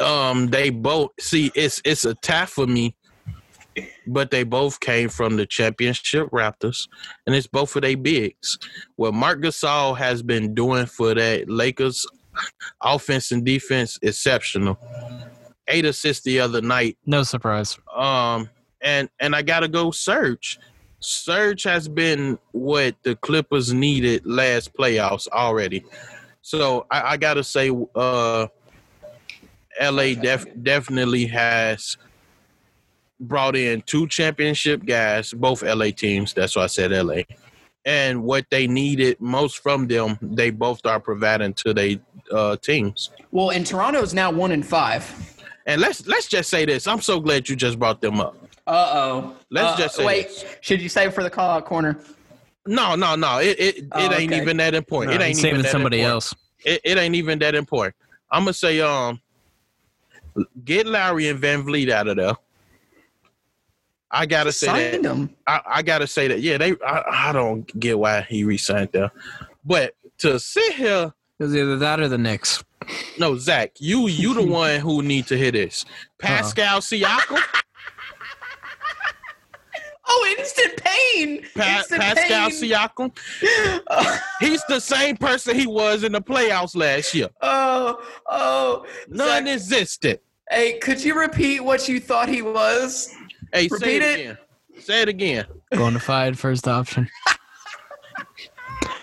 S3: Um, they both see it's it's a tie for me, but they both came from the championship Raptors, and it's both of they bigs. What Mark Gasol has been doing for that Lakers offense and defense exceptional. Eight assists the other night.
S2: No surprise.
S3: Um, and and I gotta go Surge. Surge has been what the Clippers needed last playoffs already. So I, I gotta say, uh, LA def- definitely has brought in two championship guys, both LA teams. That's why I said LA. And what they needed most from them, they both are providing to their uh, teams.
S4: Well, and Toronto's now one in five.
S3: And let's let's just say this. I'm so glad you just brought them up.
S4: Uh oh.
S3: Let's just say
S4: wait.
S3: this.
S4: Should you save for the call out corner?
S3: No, no, no. It it,
S4: Oh,
S3: it ain't
S4: okay.
S3: even that important. it
S2: No,
S3: ain't
S2: he's
S3: even
S2: saving
S3: that
S2: somebody
S3: important.
S2: else.
S3: It, it ain't even that important. I'm gonna say um, get Lowry and Van Vliet out of there. I gotta say that.
S4: Signed him.
S3: I, I gotta say that. Yeah, they. I, I don't get why he resigned there, but to sit here
S2: It was either that or the Knicks.
S3: No, Zach, you you the one who need to hear this.
S2: Uh-huh.
S3: Pascal Siakam,
S4: Oh, instant pain.
S3: pa-
S4: instant
S3: Pascal
S4: pain.
S3: Siakam, he's the same person he was in the playoffs last year.
S4: Oh, oh.
S3: None
S4: Zach,
S3: existed.
S4: hey, could you repeat what you thought he was?
S3: Hey, say it,
S4: Repeat it.
S3: again. Say it again.
S2: Bona fide first option.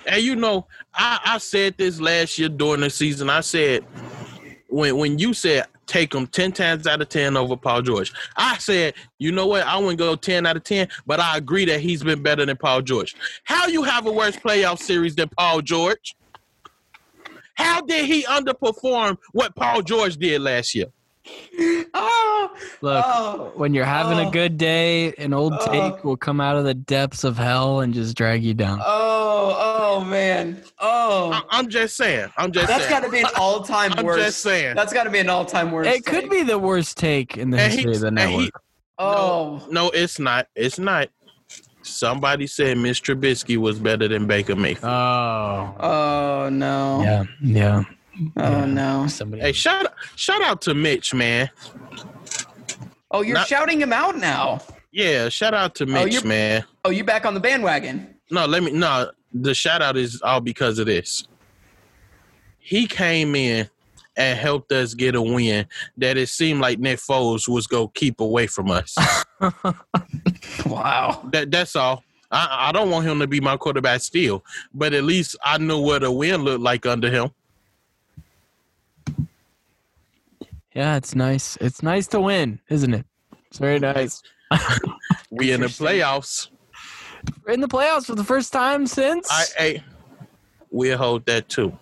S3: And you know, I, I said this last year during the season. I said when when you said take him ten times out of ten over Paul George, I said you know what? I wouldn't go ten out of ten, but I agree that he's been better than Paul George. How you have a worse playoff series than Paul George? How did he underperform what Paul George did last year?
S4: Oh,
S2: Look,
S4: oh.
S2: when you're having
S4: Oh.
S2: a good day, an old
S4: Oh.
S2: take will come out of the depths of hell and just drag you down.
S4: Oh, oh man.
S3: I,
S4: Oh,
S3: I'm just saying. I'm just
S4: that's got
S3: saying.
S4: to be an all-time
S3: I'm
S4: worst.
S3: just saying.
S4: That's got to be an all-time worst.
S2: It could
S4: take.
S2: be the worst take in the
S3: And he-
S2: history of the
S3: and he-
S2: network.
S4: Oh,
S3: No, it's not. It's not. Somebody said Miss Trubisky was better than Baker Mayfield.
S2: Oh.
S4: oh no.
S2: Yeah, yeah.
S4: Oh no.
S2: Somebody.
S3: Hey, shout shout out to Mitch, man.
S4: Oh, you're
S3: Not-
S4: shouting him out now.
S3: Yeah, shout out to Mitch,
S4: you're-
S3: man.
S4: Oh, you back on the bandwagon?
S3: No, let me no. The shout out is all because of this. He came in and helped us get a win that it seemed like Nick Foles was gonna keep away from us.
S4: Wow.
S3: that that's all. I, I don't want him to be my quarterback still, but at least I knew what a win looked like under him.
S2: yeah, it's nice. It's nice to win, isn't it? It's very nice.
S3: We in the
S4: Interesting.
S3: playoffs.
S2: We're in the playoffs for the first time since
S3: I, I we'll hold that too.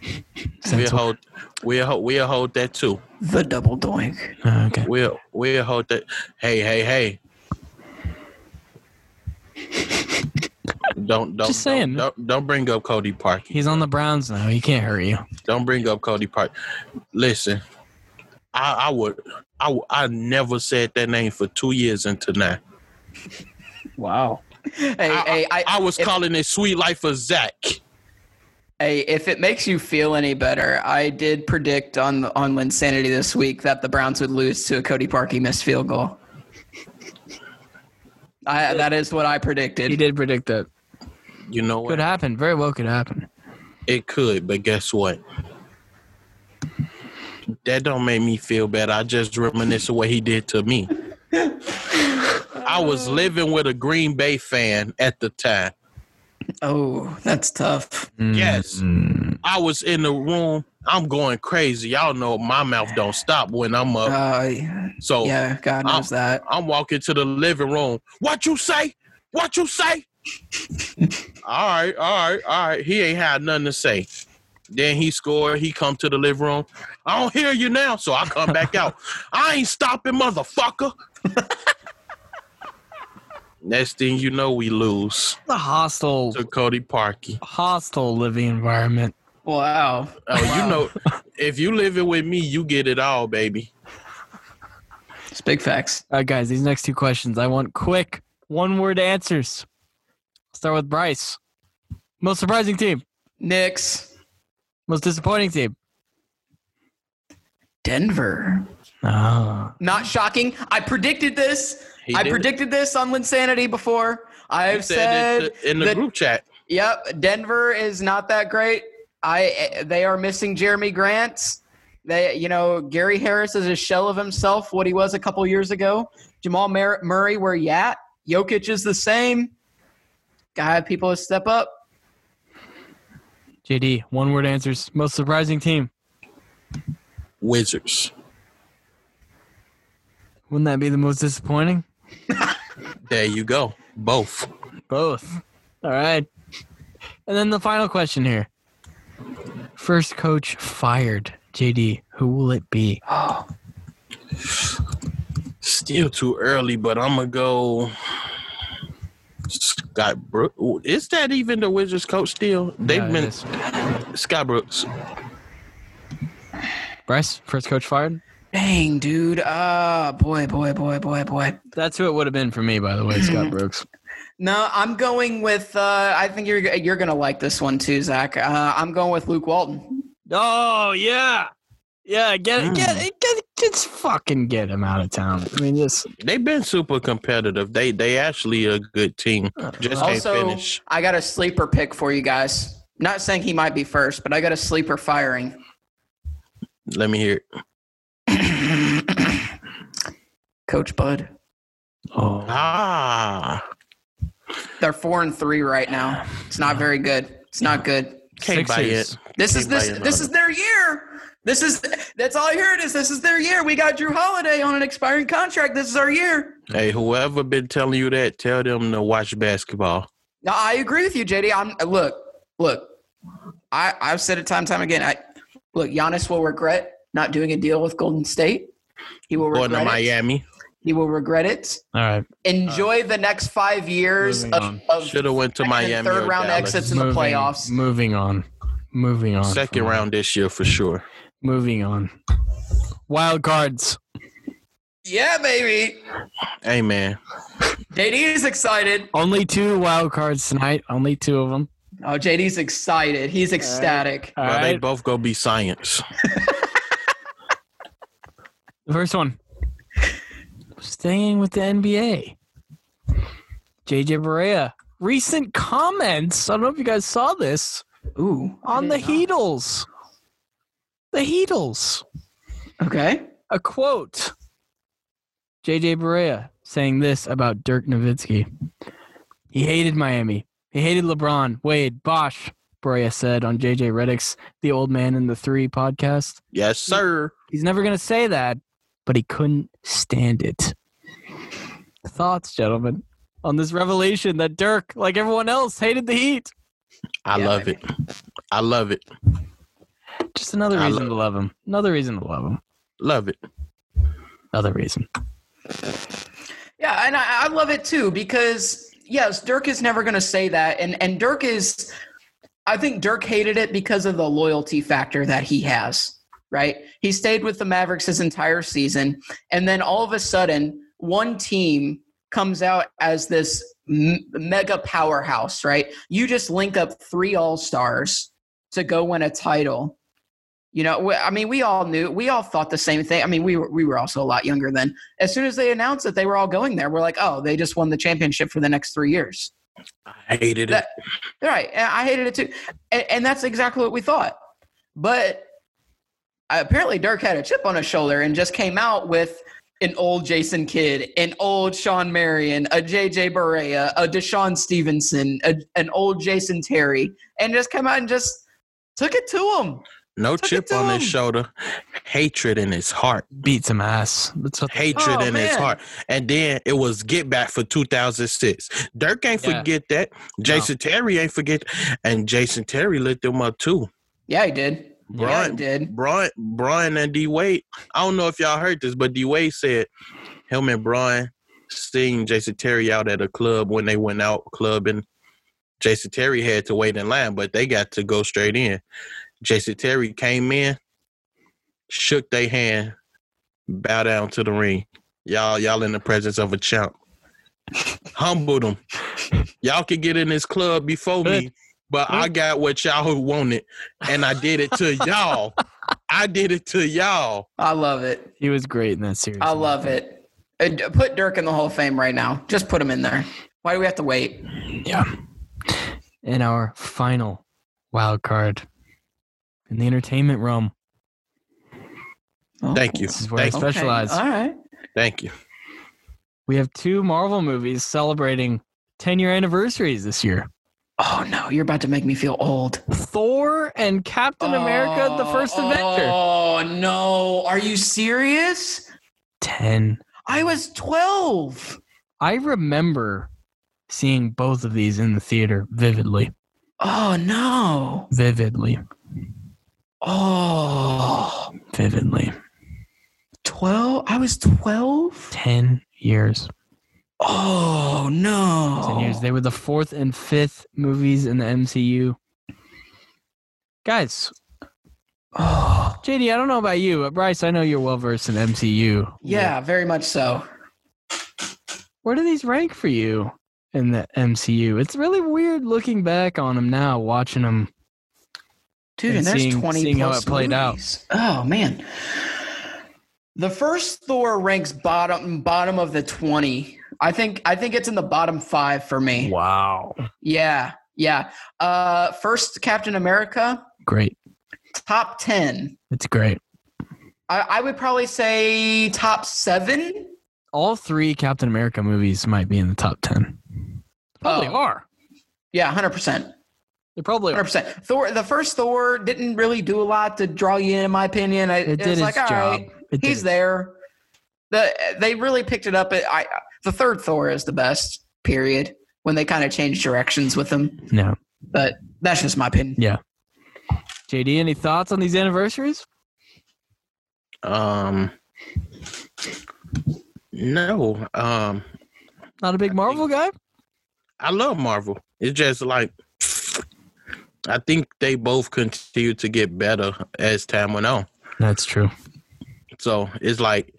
S3: We'll
S2: Since-
S3: hold we'll hold we'll hold that too.
S4: The double doink.
S2: Oh, okay.
S3: We'll we'll hold that hey hey hey. Don't don't
S2: Just saying.
S3: Don't, don't don't bring up Cody Park.
S2: He's on the Browns now. He can't hurt you.
S3: Don't bring up Cody Park. Listen, I, I would I, I never said that name for two years until now.
S4: Wow. Hey,
S3: I,
S4: hey,
S3: I,
S4: I,
S3: I was
S4: if,
S3: calling it Sweet Life of Zach.
S4: hey, if it makes you feel any better, I did predict on on Linsanity this week that the Browns would lose to a Cody Parkey missed field goal. I, that is what I predicted.
S2: He did predict that.
S3: You know what?
S2: Could happen. Very well could happen.
S3: It could, but guess what? That don't make me feel bad. I just reminisce of what he did to me. I was living with a Green Bay fan at the time.
S4: Oh, that's tough.
S3: Mm-hmm. Yes.
S4: Mm-hmm.
S3: I was in the room. I'm going crazy. Y'all know my mouth don't stop when I'm up.
S4: Uh,
S3: So
S4: yeah, God
S3: I'm-
S4: knows that.
S3: I'm walking to the living room. What you say? What you say? all right, all right, all right. He ain't had nothing to say. Then he scored. He come to the living room. I don't hear you now, so I come back out. I ain't stopping, motherfucker. Next thing you know, we lose
S2: The hostile,
S3: to Cody Parkey.
S2: hostile living environment.
S4: Wow.
S3: Oh, you know, if you living with me, you get it all, baby.
S4: It's big facts.
S2: All right, guys, these next two questions, I want quick, one word answers. Start with Bryce. Most surprising team,
S4: Knicks,
S2: most disappointing team.
S4: Denver.
S2: Oh.
S4: Not shocking. I predicted this.
S3: He
S4: I
S3: did it.
S4: predicted this on Linsanity before. I
S3: You
S4: have
S3: said
S4: said,
S3: it in the
S4: that-
S3: group chat.
S4: yep, Denver is not that great. I they are missing Jeremy Grant. They, you know, Gary Harris is a shell of himself, what he was a couple years ago. Jamal Mer- Murray, where you at? Jokic is the same. Gotta have people to step up.
S2: JD, one word answers. Most surprising team.
S3: Wizards.
S2: Wouldn't that be the most disappointing?
S3: There you go. Both.
S2: Both. All right. And then the final question here. First coach fired. JD, who will it be?
S3: Still too early, but I'm gonna go. Scott Brooks. Is that even the Wizards coach still? They've
S2: Yeah, it
S3: been
S2: is.
S3: Scott Brooks.
S2: Bryce, first coach fired.
S4: Dang, dude. Ah, boy, boy, boy, boy, boy.
S2: That's who it would have been for me, by the way, Scott Brooks.
S4: No, I'm going with. Uh, I think you're you're gonna like this one too, Zach. Uh, I'm going with Luke Walton.
S2: Oh yeah, yeah. Get
S3: Mm.
S2: it, get it, get it, just fucking get him out of town. I mean, just
S3: They've been super competitive. They they actually a good team.
S2: uh,
S3: Just
S4: also,
S3: can't finish.
S4: I got a sleeper pick for you guys. Not saying he might be first, but I got a sleeper firing.
S3: Let me hear. It.
S4: Coach Bud.
S2: oh,
S3: Ah,
S4: They're four and three right now. It's not very good. It's not good.
S3: can't buy
S2: Sixers.
S3: it.
S4: This is
S3: Can't buy
S4: this
S3: in
S4: this
S3: on
S4: is their year. This is that's all I heard is this is their year. We got Drew Holiday on an expiring contract. This is our year.
S3: Hey, whoever been telling you that, tell them to watch basketball.
S4: No, I agree with you, JD. I'm look, look. I I've said it time time again. I look. Giannis will regret not doing a deal with Golden State. He will
S3: Going to
S4: regret it.
S3: Miami.
S4: He will regret it.
S2: all right.
S4: Enjoy the next five years
S2: Moving
S4: of,
S2: on.
S4: of
S3: Should have went to
S4: second and
S3: Miami.
S4: third
S3: or
S4: round
S3: Dallas.
S4: exits in the playoffs.
S2: Moving on, moving on.
S3: Second
S2: from-
S3: round this year for sure.
S2: Moving on. Wild cards.
S4: Yeah, baby.
S3: Hey man,
S4: JD is excited.
S2: Only two wild cards tonight. Only two of them.
S4: Oh, JD's excited. He's ecstatic.
S2: All
S3: Well,
S2: right.
S3: they both gonna be science.
S2: The first one. Staying with the NBA. JJ Barea. Recent comments. I don't know if you guys saw this
S4: Ooh, I
S2: on the
S4: did not-
S2: Heatles. The Heatles.
S4: Okay.
S2: A quote. JJ Barea saying this about Dirk Nowitzki. He hated Miami. He hated LeBron, Wade, Bosch, Barea said on JJ Reddick's The Old Man and the Three podcast.
S3: Yes, sir.
S2: He's never going to say that, but he couldn't stand it. Thoughts, gentlemen, on this revelation that Dirk, like everyone else, hated the Heat?
S3: I
S4: Yeah,
S3: love it. I love it.
S2: Just another
S3: I
S2: reason
S3: love-
S2: to love him. Another reason to love him.
S3: Love it.
S2: Another reason.
S4: Yeah, and I, I love it too because yes, Dirk is never going to say that, and and Dirk is, I think Dirk hated it because of the loyalty factor that he has. right? He stayed with the Mavericks his entire season. And then all of a sudden, one team comes out as this m- mega powerhouse, right? You just link up three all stars to go win a title. You know, we- I mean, we all knew, we all thought the same thing. I mean, we were, we were also a lot younger then. As soon as they announced that they were all going there, we're like, oh, they just won the championship for the next three years.
S3: I hated
S4: That- Right. And I hated it too. And, and that's exactly what we thought. But uh, apparently Dirk had a chip on his shoulder and just came out with an old Jason Kidd, an old Sean Marion, a JJ Barea, a Deshaun Stevenson, a, an old Jason Terry, and just came out and just took it to him.
S3: No
S4: Took it
S3: chip
S4: to
S3: on his
S4: him.
S3: shoulder, hatred in his heart,
S2: Beat some ass. That's what
S3: hatred
S4: Oh,
S3: in his
S4: man.
S3: heart. And then it was get back for 2006. Dirk ain't
S2: Yeah.
S3: forget that. Jason Terry ain't forget, and Jason Terry lit them up too.
S4: Yeah, he did. Yeah, he
S3: Brian,
S4: did.
S3: Brian, Brian, and D Wade. I don't know if y'all heard this, but D Wade said him and Brian seen Jason Terry out at a club when they went out clubbing. Jason Terry had to wait in line, but they got to go straight in. Jason Terry came in, shook their hand, bow down to the ring. Y'all, y'all in the presence of a champ. Humbled them. Y'all could get in this club before me, but I got what y'all wanted, and I did it to y'all. I did it to y'all.
S4: I love it.
S2: he was great in that series.
S4: I love it. Uh, d- Put Dirk in the Hall of Fame right now. Just put him in there. Why do we have to wait?
S2: in our final wild card in the entertainment realm.
S4: Oh,
S3: Thank you.
S2: This is where I
S3: Thank you.
S4: okay.
S2: specialize.
S4: All right.
S3: Thank you.
S2: We have two Marvel movies celebrating 10 year anniversaries this year.
S4: Oh no, you're about to make me feel old.
S2: Thor and Captain America the First Avenger.
S4: Oh no, are you serious?
S2: 10.
S4: I was 12.
S2: I remember seeing both of these in the theater vividly.
S4: Oh no.
S2: Vividly.
S4: Oh,
S2: Vividly.
S4: 12. I was 12.
S2: 10 years.
S4: Oh no.
S2: 10 years. They were the fourth and fifth movies in the MCU. Guys,
S4: oh,
S2: JD, I don't know about you, but Bryce, I know you're well versed in MCU.
S4: yeah, very much so.
S2: Where do these rank for you in the MCU? It's really weird looking back on them now, watching them.
S4: Dude, and,
S2: And
S4: there's
S2: seeing-
S4: 20
S2: seeing how
S4: plus
S2: it played out.
S4: movies. Oh man. The first Thor ranks bottom bottom of the 20. I think I think it's in the bottom 5 for me.
S2: Wow.
S4: Yeah, yeah. Uh, first Captain America,
S2: Great.
S4: top ten.
S2: It's great.
S4: I, I would probably say top seven.
S2: All three Captain America movies might be in the top 10. Probably
S4: Oh.
S2: are.
S4: Yeah, hundred percent,
S2: They probably
S4: hundred
S2: are.
S4: percent. Thor, the first Thor didn't really do a lot to draw you in, in my opinion. I,
S2: It did its
S4: like, all
S2: job.
S4: right,
S2: It did
S4: he's
S2: its-
S4: there. The they really picked it up. At, I the third Thor is the best. Period. When they kind of changed directions with him,
S2: No.
S4: but that's just my opinion.
S2: JD, any thoughts on these anniversaries?
S3: Um, no. Um,
S2: Not a big Marvel guy?
S3: I love Marvel. It's just like I think they both continue to get better as time went on.
S2: That's true.
S3: So it's like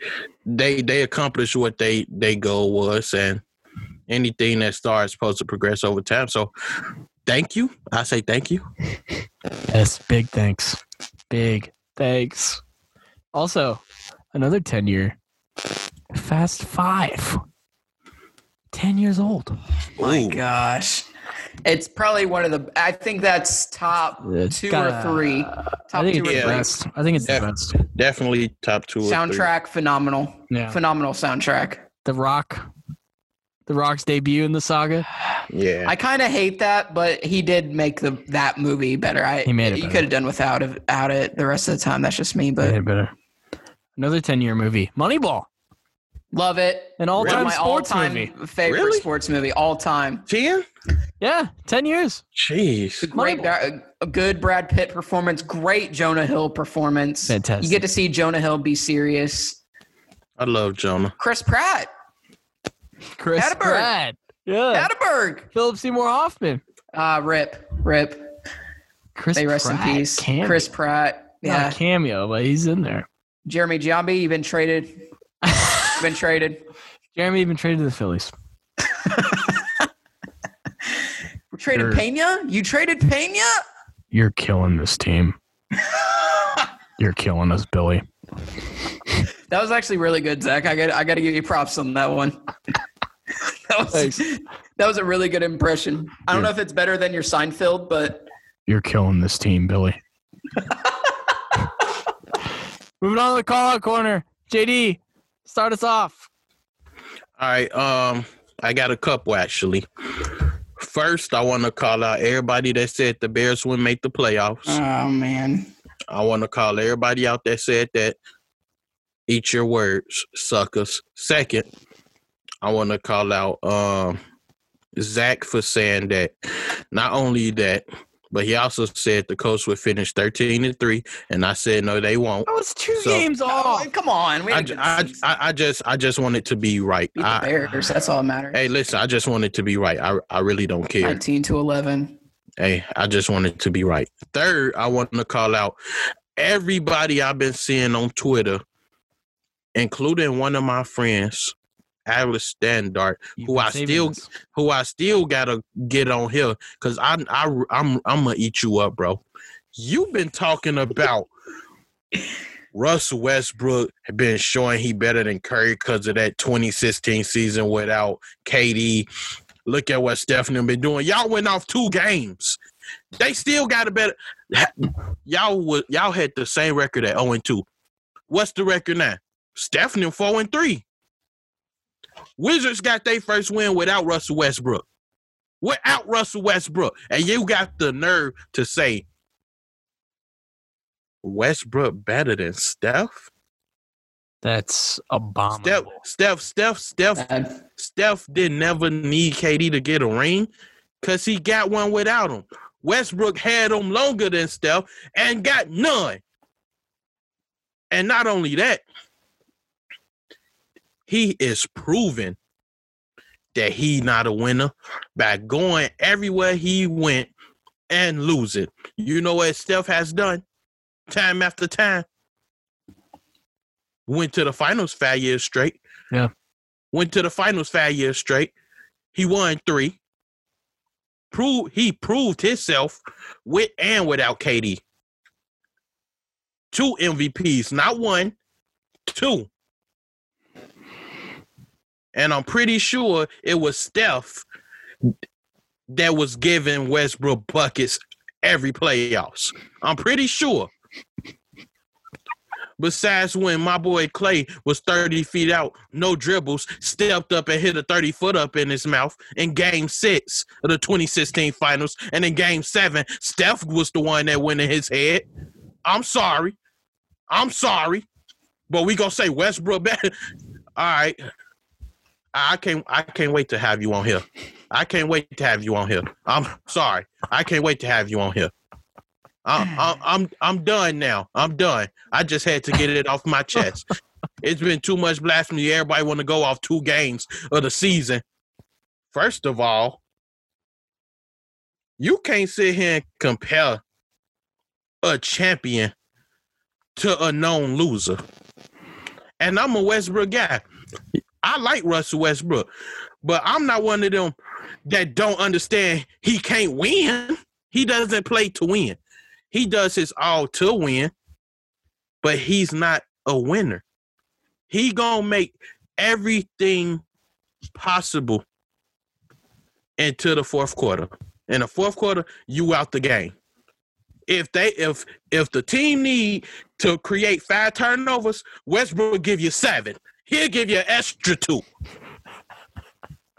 S3: they they accomplish what they they goal was, and anything that star is supposed to progress over time. So thank you. I say thank you.
S2: Yes, big thanks. Big thanks. Also, another 10 year. Fast Five. 10 years old.
S4: My
S3: Ooh.
S4: gosh. It's probably one of the I think that's top
S2: It's
S4: two
S2: gotta-
S4: or three.
S2: I
S4: Top
S2: think
S4: two
S2: it's
S4: or
S3: Yeah.
S2: the
S4: three.
S2: best. I think it's the
S3: Yeah.
S2: best.
S3: Definitely top two. or three.
S4: Soundtrack phenomenal.
S2: Yeah.
S4: Phenomenal soundtrack.
S2: The Rock. The Rock's debut in the saga.
S3: Yeah.
S4: I kinda hate that, but he did make the that movie better. I
S2: He made it
S4: you
S2: better.
S4: could have done without it without it the rest of the time. That's just me, but
S2: Made it better. Another 10 year movie. Moneyball.
S4: love it.
S2: An all
S4: One of
S2: time
S4: my
S2: sports
S4: all-time
S2: movie.
S4: favorite
S3: Really?
S4: sports movie all time.
S3: Ten.
S2: Yeah. 10 years.
S3: Jeez.
S4: Great, a good Brad Pitt performance. Great Jonah Hill performance.
S2: Fantastic.
S4: You get to see Jonah Hill be serious.
S3: I love Jonah.
S4: Chris Pratt,
S2: Chris
S4: Attenborough.
S2: Pratt. Yeah.
S4: Attenberg.
S2: Philip Seymour Hoffman.
S4: Ah, rip, rip.
S2: Chris
S4: They rest in
S2: Pratt
S4: peace.
S2: can't
S4: Chris Pratt.
S2: Yeah.
S4: Yeah.
S2: Not a cameo, but he's in there.
S4: Jeremy Giambi, you've been traded. Been traded.
S2: Jeremy even traded to the Phillies.
S4: We traded
S2: Sure.
S4: Pena. You traded Pena.
S2: You're killing this team. You're killing us, Billy.
S4: That was actually really good, Zach. I got I got to give you props on that one. that was
S2: Thanks.
S4: that was a really good impression. I don't
S2: Yeah.
S4: know if it's better than your Seinfeld, but
S2: You're killing this team, Billy. Moving on to the call out corner. JD, start us off.
S3: All right, um, I got a couple actually. First, I want to call out everybody that said the Bears wouldn't make the playoffs.
S4: oh man,
S3: I want to call everybody out that said that. Eat your words, suckers. Second, I want to call out um, Zach for saying that. Not only that, but he also said the Colts would finish thirteen and three, and I said no, they won't.
S2: That was two
S3: So-
S2: games
S4: oh
S2: off.
S4: come on, we
S3: I,
S4: had a good
S3: I,
S4: season.
S3: I, I just I just want it to be right.
S4: beat the
S3: I-
S4: Bears. That's all that matters.
S3: hey, listen, I just want it to be right. I I really don't care.
S4: Nineteen to eleven.
S3: Hey, I just want it to be right. Third, I want to call out everybody I've been seeing on Twitter, including one of my friends, Alice Standard,
S2: You've
S3: who
S2: been
S3: I
S2: saving
S3: still-
S2: this.
S3: who I still gotta get on here because I I I'm I'm gonna eat you up, bro. You've been talking about Russell Westbrook been showing he better than Curry because of that 2016 season without KD. Look at what Stephanie been doing. Y'all went off two games. They still got a better. Y'all wa- y'all had the same record at 0 and 2. What's the record now? Stephanie 4 and 3. Wizards got their first win without Russell Westbrook. Without Russell Westbrook. And you got the nerve to say Westbrook better than Steph?
S2: That's abominable.
S3: Steph, Steph, Steph, Steph,
S4: Bad.
S3: Steph did never need KD to get a ring because he got one without him. Westbrook had him longer than Steph and got none. And not only that, he is proven that he not a winner by going everywhere he went and losing. You know what Steph has done time after time? Went to the finals five years straight went to the finals five years straight. He won three. Prove he proved himself with and without KD. Two MVPs, not one, two. And I'm pretty sure it was Steph that was giving Westbrook buckets every playoffs. I'm pretty sure. Besides when my boy Clay was 30 feet out, no dribbles, stepped up and hit a 30 foot up in his mouth in game six of the 2016 finals. And in game seven, Steph was the one that went in his head. I'm sorry. I'm sorry. But we gonna say Westbrook better. All right. I can't I can't wait to have you on here. I can't wait to have you on here. I'm sorry. I can't wait to have you on here. I'm I'm I'm, I'm done now. I'm done. I just had to get it off my chest. It's been too much blasphemy. Everybody want to go off two games of the season. First of all, you can't sit here and compare a champion to a known loser. And I'm a Westbrook guy. I like Russell Westbrook, but I'm not one of them that don't understand he can't win. He doesn't play to win. He does his all to win but he's not a winner. He gonna make everything possible until the fourth quarter. In the fourth quarter, you out the game. If they if if the team need to create five turnovers, Westbrook will give you seven. He'll give you an extra two.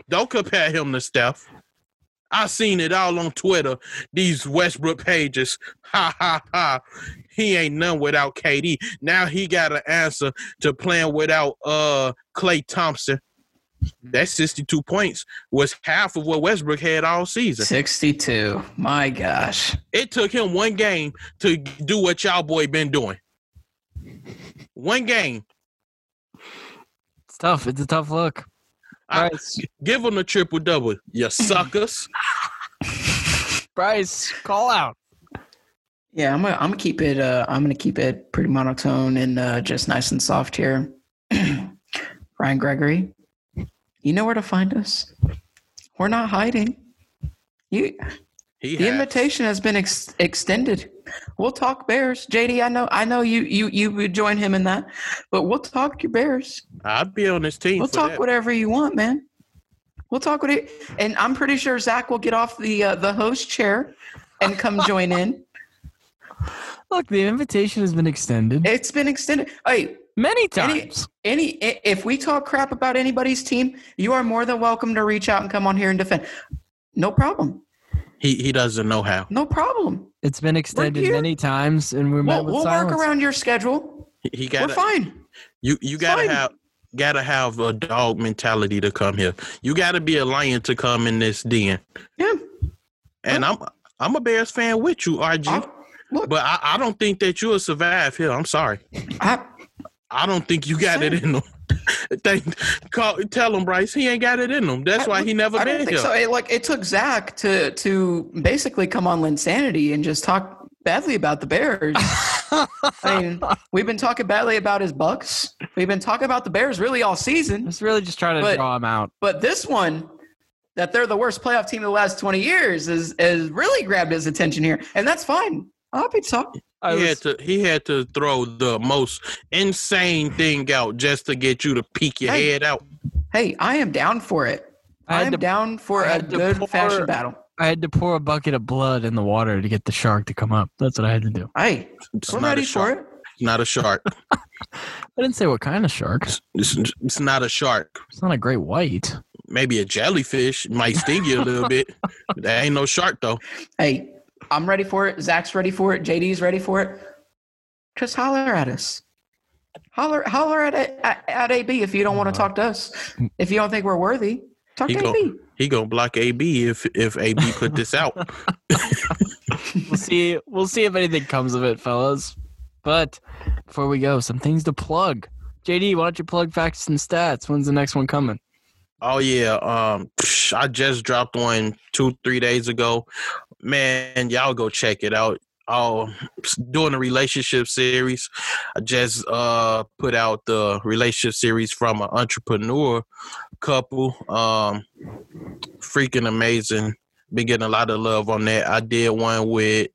S3: Don't compare him to Steph. I seen it all on Twitter. These Westbrook pages. Ha ha ha. He ain't none without KD. Now he got an answer to playing without uh Clay Thompson. That 62 points was half of what Westbrook had all season.
S4: Sixty-two. My gosh.
S3: It took him one game to do what y'all boy been doing. One game.
S2: it's tough. It's a tough look.
S3: I-
S2: Bryce,
S3: Give him a triple double, you suckers.
S2: Bryce, call out.
S4: Yeah, I'm gonna I'm gonna keep it. Uh, I'm gonna keep it pretty monotone and uh, just nice and soft here. Ryan Gregory, you know where to find us. We're not hiding. You,
S3: He
S4: the
S3: has-
S4: invitation has been ex- extended. We'll talk bears, JD. I know. I know you. You you would join him in that, but we'll talk your bears.
S3: I'd be on this team.
S4: We'll
S3: for
S4: talk
S3: that.
S4: whatever you want, man. We'll talk what it, and I'm pretty sure Zach will get off the uh, the host chair and come join in.
S2: Look, the invitation has been extended
S4: It's been extended. Hey,
S2: many
S4: any-
S2: times.
S4: any i- if we talk crap about anybody's team, you are more than welcome to reach out and come on here and defend. No problem.
S3: He he doesn't know how.
S4: No problem.
S2: It's been extended
S4: here.
S2: many times, and we're
S4: We'll,
S2: met with
S4: we'll work
S2: silence.
S4: around your schedule.
S3: He, he
S4: We're
S3: got
S4: fine.
S3: you you gotta
S4: fine.
S3: have gotta have a dog mentality to come here. You gotta be a lion to come in this den.
S4: Yeah.
S3: And I'm I'm a Bears fan with you, RG.
S4: I'll- look,
S3: but I, I don't think that you'll survive here. I'm sorry.
S4: I,
S3: I don't think you got it in him. Thank, call, tell him, Bryce, he ain't got it in him. That's
S4: I-
S3: why he never
S4: I
S3: been
S4: don't
S3: here.
S4: think so. It, like it took Zach to to basically come on Linsanity and just talk badly about the Bears. I mean, we've been talking badly about his Bucks. We've been talking about the Bears really all season.
S2: It's really just trying to
S4: But-
S2: draw him out.
S4: But this one, that they're the worst playoff team in the last 20 years, is is really grabbed his attention here, and that's fine. I'll be talking.
S2: I
S3: he,
S2: was-
S3: had to, he had to throw the most insane thing out just to get you to peek your
S4: Hey.
S3: head out.
S4: Hey, I am down for it.
S2: I
S4: I
S2: had
S4: am
S2: to-
S4: down for
S2: I
S4: a
S2: had to
S4: good
S2: pour-
S4: fashion battle.
S2: I had to pour a bucket of blood in the water to get the shark to come up. That's what I had to do.
S4: Hey,
S3: It's
S4: we're
S3: not
S4: ready
S3: a
S4: for
S3: shark.
S4: it.
S3: It's not a shark.
S2: I didn't say what kind of shark.
S3: It's, it's not a shark.
S2: It's not a great white.
S3: Maybe a jellyfish might sting you a little bit. That ain't no shark though.
S4: Hey, I'm ready for it. Zach's ready for it. JD's ready for it. Just holler at us. Holler, holler at at, at AB if you don't want to talk to us. If you don't think we're worthy, talk
S3: He
S4: to
S3: go-
S4: AB.
S3: He gonna block AB if if AB put this out.
S2: We'll see. We'll see if anything comes of it, fellas. But before we go, some things to plug. JD, why don't you plug facts and stats? When's the next one coming?
S3: Oh yeah, um, psh, I just dropped one two three days ago. Man, y'all go check it out. Oh, doing a relationship series. I just uh put out the relationship series from an entrepreneur couple. Um, freaking amazing. Been getting a lot of love on that. I did one with.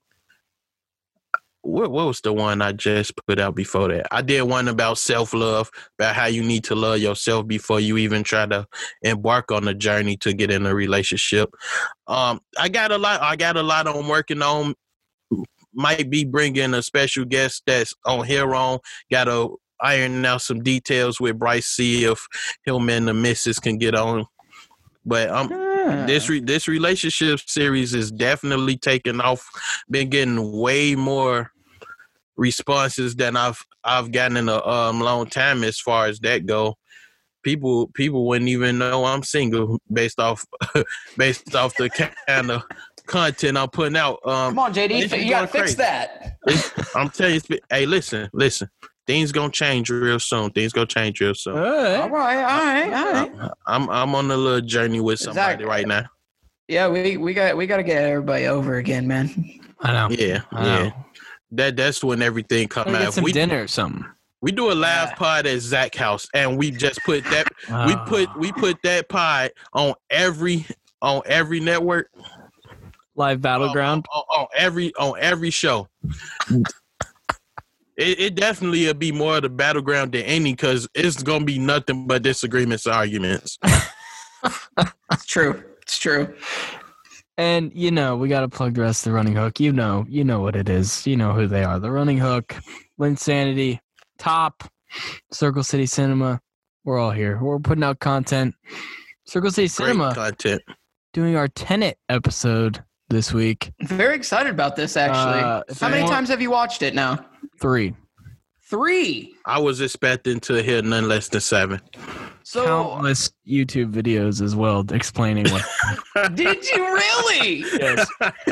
S3: What, what was the one I just put out before that? I did one about self love, about how you need to love yourself before you even try to embark on a journey to get in a relationship. Um, I got a lot. I got a lot I'm working on. Might be bringing a special guest that's on here on. Got to iron out some details with Bryce. See if him and the missus can get on. But I'm this re- this relationship series is definitely taking off. Been getting way more responses than I've I've gotten in a um, long time as far as that go. People people wouldn't even know I'm single based off based off the kind of content I'm putting out.
S4: Come
S3: Um,
S4: on,
S3: this
S4: JD,
S3: is
S4: you gotta
S3: going crazy.
S4: fix that.
S3: I'm telling you, hey, listen, listen. Things gonna change real soon. Things gonna change real soon.
S4: All right, all right, all right.
S3: I'm I'm on a little journey with somebody
S4: Exactly.
S3: right now.
S4: Yeah, we we got we got to get everybody over again, man.
S2: I know.
S3: Yeah,
S2: I know.
S3: yeah. That that's when everything come
S2: Gotta
S3: out.
S2: get
S3: If
S2: some
S3: we
S2: dinner or something.
S3: we do a live
S4: Yeah.
S3: pod at Zach House, and we just put that we
S2: Uh,
S3: put we put that pod on every on every network
S2: live battleground.
S3: on, on every on every show. It, it definitely will be more of the battleground than any because it's gonna be nothing but disagreements and arguments.
S4: It's true. It's true.
S2: And you know, we gotta plug the rest of the running hook. You know, you know what it is. You know who they are. The running hook, Linsanity, Top, Circle City Cinema. We're all here. We're putting out content. Circle City
S3: Great
S2: Cinema
S3: content.
S2: doing our Tenet episode this week.
S4: I'm very excited about this actually.
S2: Uh, if
S4: How
S2: you
S4: many
S2: want-
S4: times have you watched it now?
S2: Three.
S4: 3.
S3: I was expecting to hear none less than seven.
S4: So
S2: Countless YouTube videos as well explaining what
S4: did you really?
S2: Yes.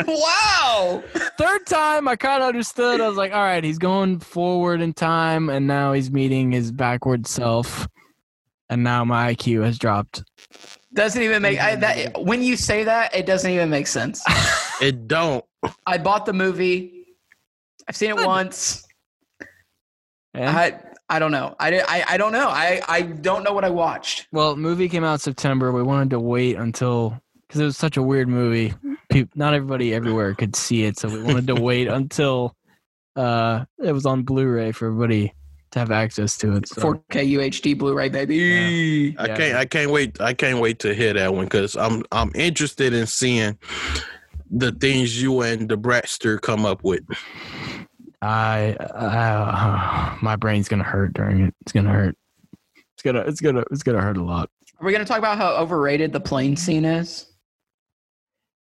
S4: wow.
S2: Third time I kinda understood. I was like, all right, he's going forward in time and now he's meeting his backward self. And now my IQ has dropped
S4: Doesn't even make I, that when you say that it doesn't even make sense.
S3: It don't.
S4: I bought the movie. I've seen it once.
S2: Eh?
S4: I I don't know. I, di- I I don't know. I I don't know what I watched.
S2: Well, movie came out September. We wanted to wait until because it was such a weird movie. Peop not everybody everywhere could see it, so we wanted to wait until uh, it was on Blu-ray for everybody to have access to it. So.
S4: 4K UHD Blu-ray, baby.
S3: I
S2: Yeah.
S3: can't. I can't wait. I can't wait to hear that one because I'm. I'm interested in seeing the things you and the Bratster come up with.
S2: I, I uh, my brain's gonna hurt during it. It's gonna hurt. It's gonna it's gonna it's gonna hurt a lot.
S4: Are we gonna talk about how overrated the plane scene is?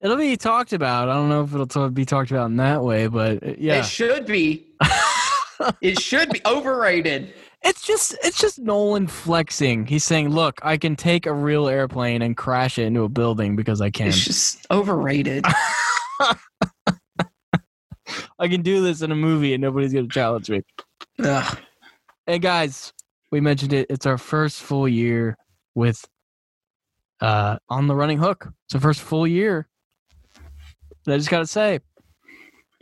S2: It'll be talked about. I don't know if it'll t- be talked about in that way, but uh, yeah,
S4: It should be. it should be overrated.
S2: It's just it's just Nolan flexing. He's saying, "Look, I can take a real airplane and crash it into a building because I can.
S4: It's just overrated.
S2: I can do this in a movie and nobody's going to challenge me."
S4: Ugh.
S2: Hey guys, we mentioned it. It's our first full year with uh on the running hook. It's the first full year. And I just got to say,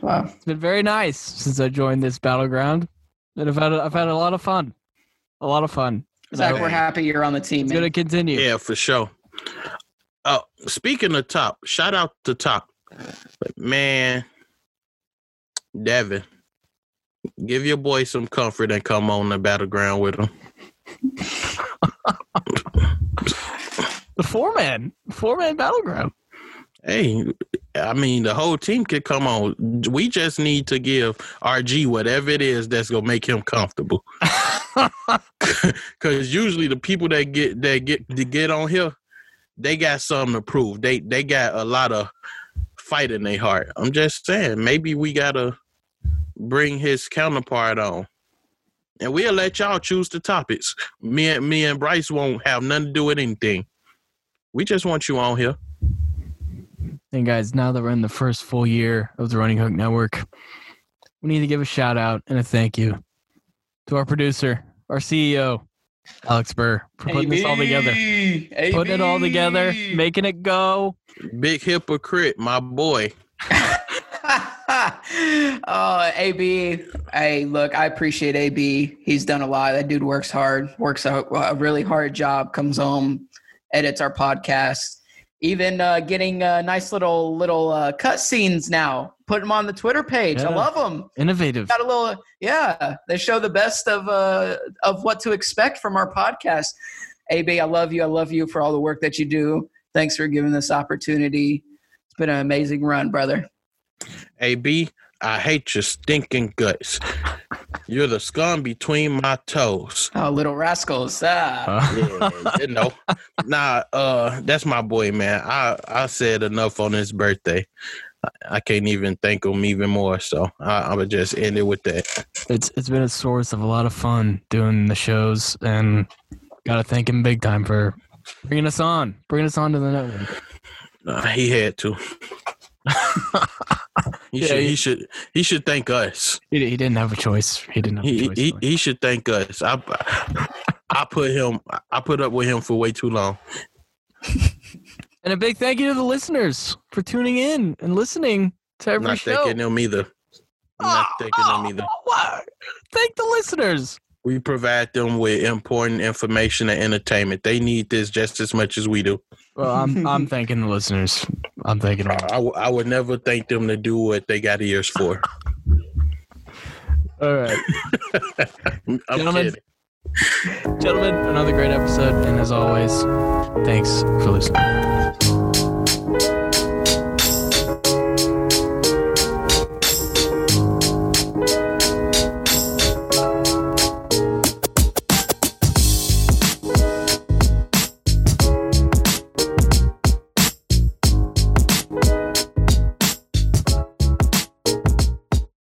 S4: Wow.
S2: it's been very nice since I joined this battleground, and I've had a, I've had a lot of fun. A lot of fun.
S4: Zach,
S2: No.
S4: we're happy you're on the team.
S2: It's
S4: man.
S2: going to continue.
S3: Yeah, for sure. Uh, speaking of top, shout out to top, but man, Devin, give your boy some comfort and come on the battleground with him.
S2: The four man, four man battleground.
S3: Hey, I mean the whole team could come on. We just need to give RG whatever it is that's gonna make him comfortable. Cause usually the people that get that get to get on here, they got something to prove. They they got a lot of fight in their heart. I'm just saying, maybe we gotta bring his counterpart on. And we'll let y'all choose the topics. Me and me and Bryce won't have nothing to do with anything. We just want you on here.
S2: And guys, now that we're in the first full year of the Running Hook Network, we need to give a shout out and a thank you to our producer, our CEO, Alex Burr, for putting this all together.
S4: AB.
S2: Putting it all together, making it go.
S3: Big hypocrite, my boy.
S4: oh, AB. Hey, look, I appreciate AB. He's done a lot. That dude works hard, works a, a really hard job, comes home, edits our podcast. Even uh, getting uh, nice little little uh, cut scenes now. Put them on the Twitter page. I
S2: Yeah.
S4: love them.
S2: Innovative.
S4: Got a little, yeah. They show the best of uh, of what to expect from our podcast. AB, I love you. I love you for all the work that you do. Thanks for giving this opportunity. It's been an amazing run, brother.
S3: AB, I hate your stinking guts. You're the scum between my toes.
S4: Oh, little rascals. Ah.
S2: Uh,
S3: Yeah, you know. Nah, uh, that's my boy, man. I, I said enough on his birthday. I- I can't even thank him even more. So I, I'm going to just end it with that.
S2: it's it's been a source of a lot of fun doing the shows, and gotta thank him big time for bringing us on, bringing us on to the network.
S3: Nah, he had to. he,
S2: Yeah,
S3: should,
S2: he-
S3: he should he should thank us.
S2: He, he didn't have a choice. He didn't have a
S3: He,
S2: choice.
S3: he
S2: really.
S3: he should thank us. I I put him I put up with him for way too long.
S2: And a big thank you to the listeners for tuning in and listening to every
S3: not
S2: show.
S3: taking them either. I'm not
S2: Oh,
S3: taking them
S2: oh,
S3: either.
S2: what? Thank the listeners.
S3: We provide them with important information and entertainment. They need this just as much as we do.
S2: Well, I'm I'm thanking the listeners. I'm thanking
S3: I,
S2: them.
S3: I w- I would never thank them to do what they got ears for.
S2: All right,
S3: I'm
S2: Gentlemen.
S3: kidding.
S2: gentlemen, another great episode, and as always, thanks for listening.